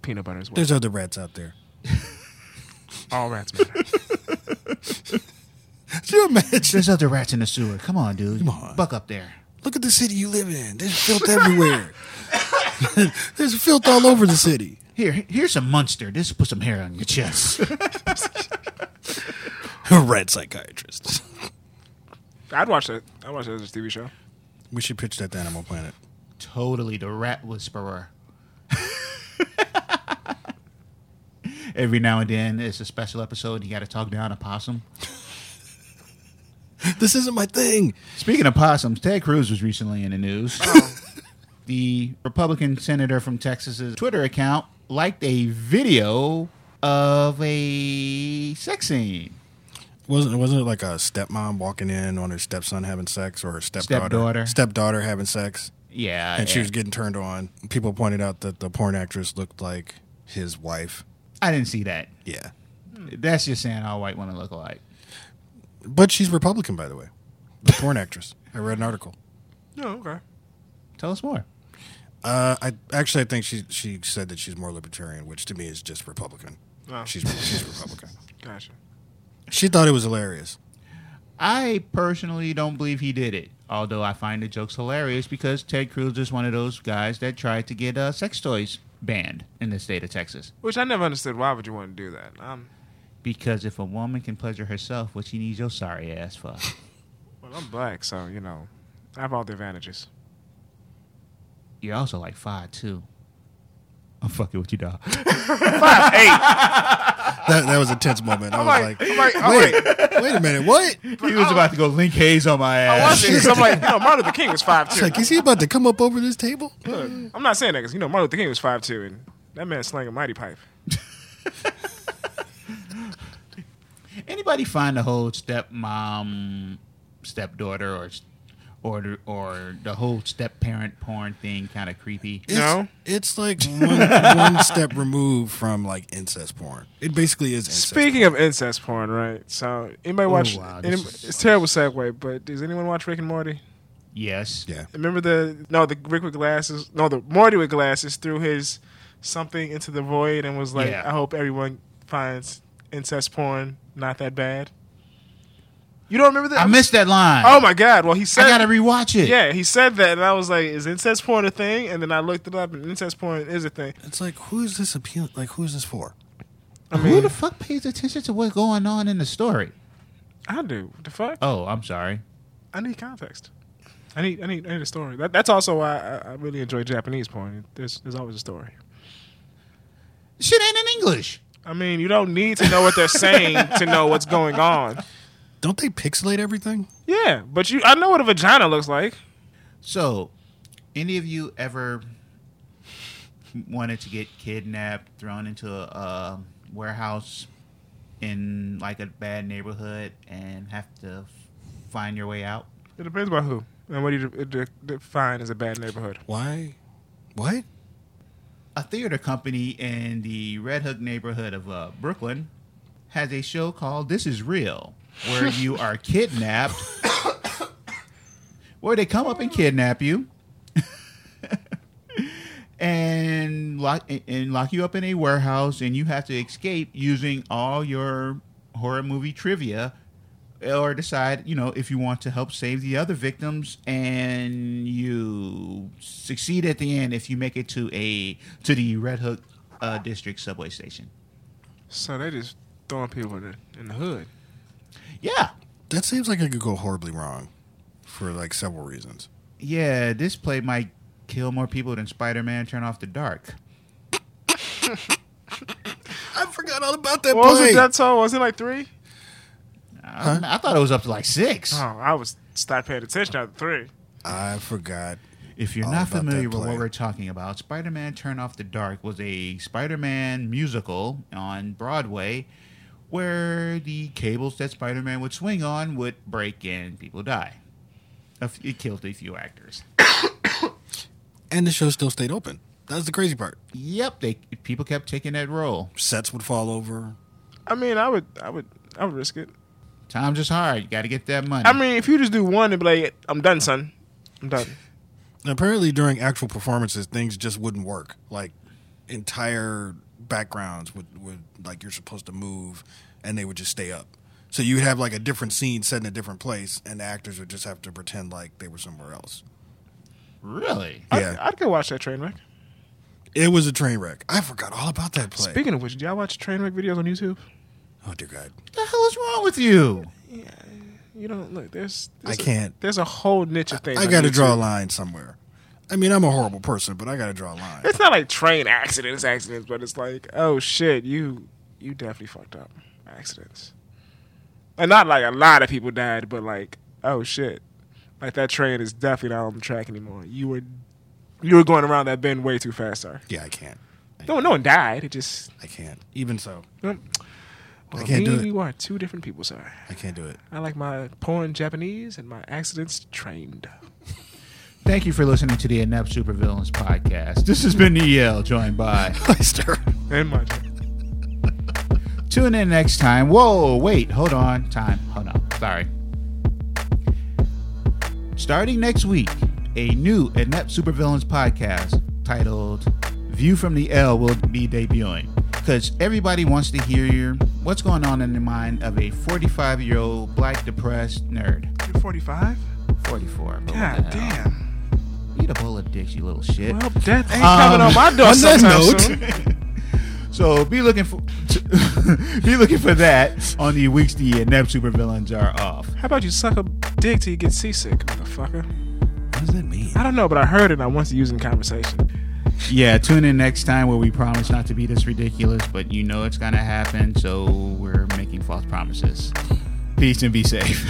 [SPEAKER 3] peanut butter as well.
[SPEAKER 2] There's other rats out there.
[SPEAKER 3] all rats matter.
[SPEAKER 2] Could you imagine?
[SPEAKER 1] There's other rats in the sewer. Come on, dude.
[SPEAKER 2] Come on.
[SPEAKER 1] Buck up there.
[SPEAKER 2] Look at the city you live in. There's filth everywhere. There's filth all over the city.
[SPEAKER 1] Here, here's some Munster. This will put some hair on your chest.
[SPEAKER 2] Rat psychiatrist.
[SPEAKER 3] I'd watch that. I'd watch that as a TV show.
[SPEAKER 2] We should pitch that to Animal Planet.
[SPEAKER 1] totally the rat whisperer. Every now and then, it's a special episode. You got to talk down a possum.
[SPEAKER 2] This isn't my thing.
[SPEAKER 1] Speaking of possums, Ted Cruz was recently in the news.
[SPEAKER 2] Oh.
[SPEAKER 1] the Republican senator from Texas's Twitter account liked a video of a sex scene.
[SPEAKER 2] Wasn't wasn't it like a stepmom walking in on her stepson having sex or her stepdaughter
[SPEAKER 1] Stepdaughter.
[SPEAKER 2] stepdaughter having sex
[SPEAKER 1] Yeah,
[SPEAKER 2] and she
[SPEAKER 1] yeah.
[SPEAKER 2] was getting turned on. People pointed out that the porn actress looked like his wife.
[SPEAKER 1] I didn't see that.
[SPEAKER 2] Yeah.
[SPEAKER 1] That's just saying all white women look alike.
[SPEAKER 2] But she's Republican by the way. The porn actress. I read an article.
[SPEAKER 3] No, okay.
[SPEAKER 1] Tell us more.
[SPEAKER 2] Uh, I actually I think she she said that she's more libertarian, which to me is just Republican.
[SPEAKER 3] Oh.
[SPEAKER 2] She's she's Republican.
[SPEAKER 3] Gotcha.
[SPEAKER 2] She thought it was hilarious.
[SPEAKER 1] I personally don't believe he did it, although I find the jokes hilarious because Ted Cruz is one of those guys that tried to get uh, sex toys banned in the state of Texas.
[SPEAKER 3] Which I never understood. Why would you want to do that? Um, I'm,
[SPEAKER 1] Because if a woman can pleasure herself, what she needs your sorry ass for?
[SPEAKER 3] well, I'm black, so you know, I have all the advantages.
[SPEAKER 1] You're also like five too. I'm fucking with you, dog.
[SPEAKER 2] That that was a tense moment. I was like,
[SPEAKER 3] I'm like, I'm
[SPEAKER 2] wait,
[SPEAKER 3] like,
[SPEAKER 2] wait a minute, what?
[SPEAKER 1] he was about to go link Hayes on my
[SPEAKER 3] I
[SPEAKER 1] ass.
[SPEAKER 3] watched it 'cause I'm like, you know, Martin Luther King was five
[SPEAKER 2] It's
[SPEAKER 3] two.
[SPEAKER 2] like, is he about to come up over this table?
[SPEAKER 3] I'm not saying that because you know Martin Luther King was five two, and that man slang a mighty pipe.
[SPEAKER 1] Anybody find the whole stepmom, stepdaughter, or or or the whole step parent porn thing kind of creepy?
[SPEAKER 2] It's,
[SPEAKER 3] No.
[SPEAKER 2] it's like one, one step removed from like incest porn. It basically is incest.
[SPEAKER 3] Speaking of incest porn, right? So anybody watch?
[SPEAKER 1] wow, this
[SPEAKER 3] any,
[SPEAKER 1] is-
[SPEAKER 3] It's a terrible segue, but does anyone watch Rick and Morty?
[SPEAKER 1] Yes.
[SPEAKER 2] yeah,
[SPEAKER 3] Remember the no the Rick with glasses? No, the Morty with glasses threw his something into the void and was like,
[SPEAKER 1] Yeah.
[SPEAKER 3] I hope everyone finds incest porn not that bad. You don't remember that?
[SPEAKER 1] I missed that line.
[SPEAKER 3] Oh my god! Well, he said
[SPEAKER 1] I gotta rewatch it.
[SPEAKER 3] yeah, he said that, and I was like, "Is incest porn a thing?" And then I looked it up, and incest porn is a thing.
[SPEAKER 2] It's like who is this appeal? Like who is this for?
[SPEAKER 1] Who the fuck pays attention to what's going on in the story?
[SPEAKER 3] I do. What the fuck?
[SPEAKER 1] Oh, I'm sorry.
[SPEAKER 3] I need context. I need. I need. I need a story. That, that's also why I, I really enjoy Japanese porn. There's there's always a story.
[SPEAKER 1] Shit ain't in English.
[SPEAKER 3] I mean, you don't need to know what they're saying to know what's going on.
[SPEAKER 2] Don't they pixelate everything?
[SPEAKER 3] Yeah, but you. I know what a vagina looks like.
[SPEAKER 1] So, any of you ever wanted to get kidnapped, thrown into a uh, warehouse in like a bad neighborhood, and have to f- find your way out?
[SPEAKER 3] It depends about who and what do you de- de- define as a bad neighborhood.
[SPEAKER 2] Why? What?
[SPEAKER 1] A theater company in the Red Hook neighborhood of uh, Brooklyn has a show called This Is Real, where you are kidnapped, where they come up and kidnap you. and lock and lock you up in a warehouse and you have to escape using all your horror movie trivia or decide you know if you want to help save the other victims and you succeed at the end if you make it to a to the red hook uh, district subway station
[SPEAKER 3] So they just throwing people in the, in the hood.
[SPEAKER 1] yeah
[SPEAKER 2] That seems like it could go horribly wrong, for like several reasons.
[SPEAKER 1] yeah this play might kill more people than spider-man turn off the dark
[SPEAKER 2] I forgot all about that
[SPEAKER 3] What was
[SPEAKER 2] play.
[SPEAKER 3] it? That's all. Was it like three?
[SPEAKER 1] I, I thought it was up to like six
[SPEAKER 3] Oh, I was stopped paying attention after three.
[SPEAKER 2] I forgot.
[SPEAKER 1] If you're
[SPEAKER 2] all
[SPEAKER 1] not
[SPEAKER 2] Oh, about that
[SPEAKER 1] familiar with
[SPEAKER 2] play.
[SPEAKER 1] what we're talking about, Spider Man Turn Off the Dark was a Spider Man musical on Broadway where the cables that Spider Man would swing on would break and people die. A f- It killed a few actors.
[SPEAKER 2] And the show still stayed open. That was the crazy part.
[SPEAKER 1] Yep, they people kept taking that role.
[SPEAKER 2] Sets would fall over.
[SPEAKER 3] I mean, I would, I would, I would risk it.
[SPEAKER 1] Times is hard. You got to get that money.
[SPEAKER 3] I mean, if you just do one and be like, "I'm done, son. I'm done."
[SPEAKER 2] Apparently, during actual performances, things just wouldn't work. Like entire backgrounds would, would like you're supposed to move, and they would just stay up. So you'd have like a different scene set in a different place, and the actors would just have to pretend like they were somewhere else.
[SPEAKER 1] really?
[SPEAKER 2] Yeah,
[SPEAKER 3] I, I could watch that train wreck.
[SPEAKER 2] it was a train wreck. I forgot all about that play.
[SPEAKER 3] Speaking of which, did y'all watch train wreck videos on YouTube?
[SPEAKER 2] oh dear God,
[SPEAKER 1] What the hell is wrong with you?
[SPEAKER 3] You don't look. There's,
[SPEAKER 2] I
[SPEAKER 3] there's a-
[SPEAKER 2] can't.
[SPEAKER 3] there's a whole niche of things.
[SPEAKER 2] I
[SPEAKER 3] on
[SPEAKER 2] got to
[SPEAKER 3] YouTube.
[SPEAKER 2] draw a line somewhere. I mean, I'm a horrible person, but I got to draw a line.
[SPEAKER 3] It's not like train accidents, accidents, but it's like, oh shit, you, you definitely fucked up. Accidents, and not like a lot of people died, but like, oh shit, like that train is definitely not on the track anymore. You were, you were going around that bend way too fast, sir.
[SPEAKER 2] Yeah, I can't.
[SPEAKER 3] No, no one died. It just
[SPEAKER 2] I can't. Even so,
[SPEAKER 3] Well,
[SPEAKER 2] I
[SPEAKER 3] me
[SPEAKER 2] can't do
[SPEAKER 3] and
[SPEAKER 2] it.
[SPEAKER 3] you are two different people, sir.
[SPEAKER 2] I can't do it.
[SPEAKER 3] I like my porn Japanese and my accidents trained.
[SPEAKER 1] Thank you for listening to the Inept Supervillains podcast. This has been EL, joined by.
[SPEAKER 2] Lester.
[SPEAKER 3] And my
[SPEAKER 1] Tune in next time. Whoa, wait, hold on. Time. Hold on. Sorry. Starting next week, a new Inept Supervillains podcast titled View from the L will be debuting. Because everybody wants to hear what's going on in the mind of a 45 year old black depressed nerd.
[SPEAKER 3] You're 45?
[SPEAKER 1] 44. But
[SPEAKER 3] God
[SPEAKER 1] what the hell?
[SPEAKER 3] damn.
[SPEAKER 1] Eat a bowl of dicks, you little shit.
[SPEAKER 3] Well, death ain't
[SPEAKER 1] Um,
[SPEAKER 3] coming on my door
[SPEAKER 2] on that
[SPEAKER 3] sometime
[SPEAKER 2] note-
[SPEAKER 3] soon.
[SPEAKER 1] So be looking for be looking for that on the weeks the inept supervillains are off.
[SPEAKER 3] How about you suck a dick till you get seasick, motherfucker?
[SPEAKER 2] What does that mean?
[SPEAKER 3] I don't know, but I heard it and I want to use it in conversation.
[SPEAKER 1] Yeah, tune in next time where we promise not to be this ridiculous, but you know it's gonna happen, so we're making false promises. Peace and be safe.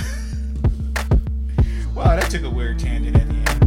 [SPEAKER 1] wow, that took a weird tangent at the end.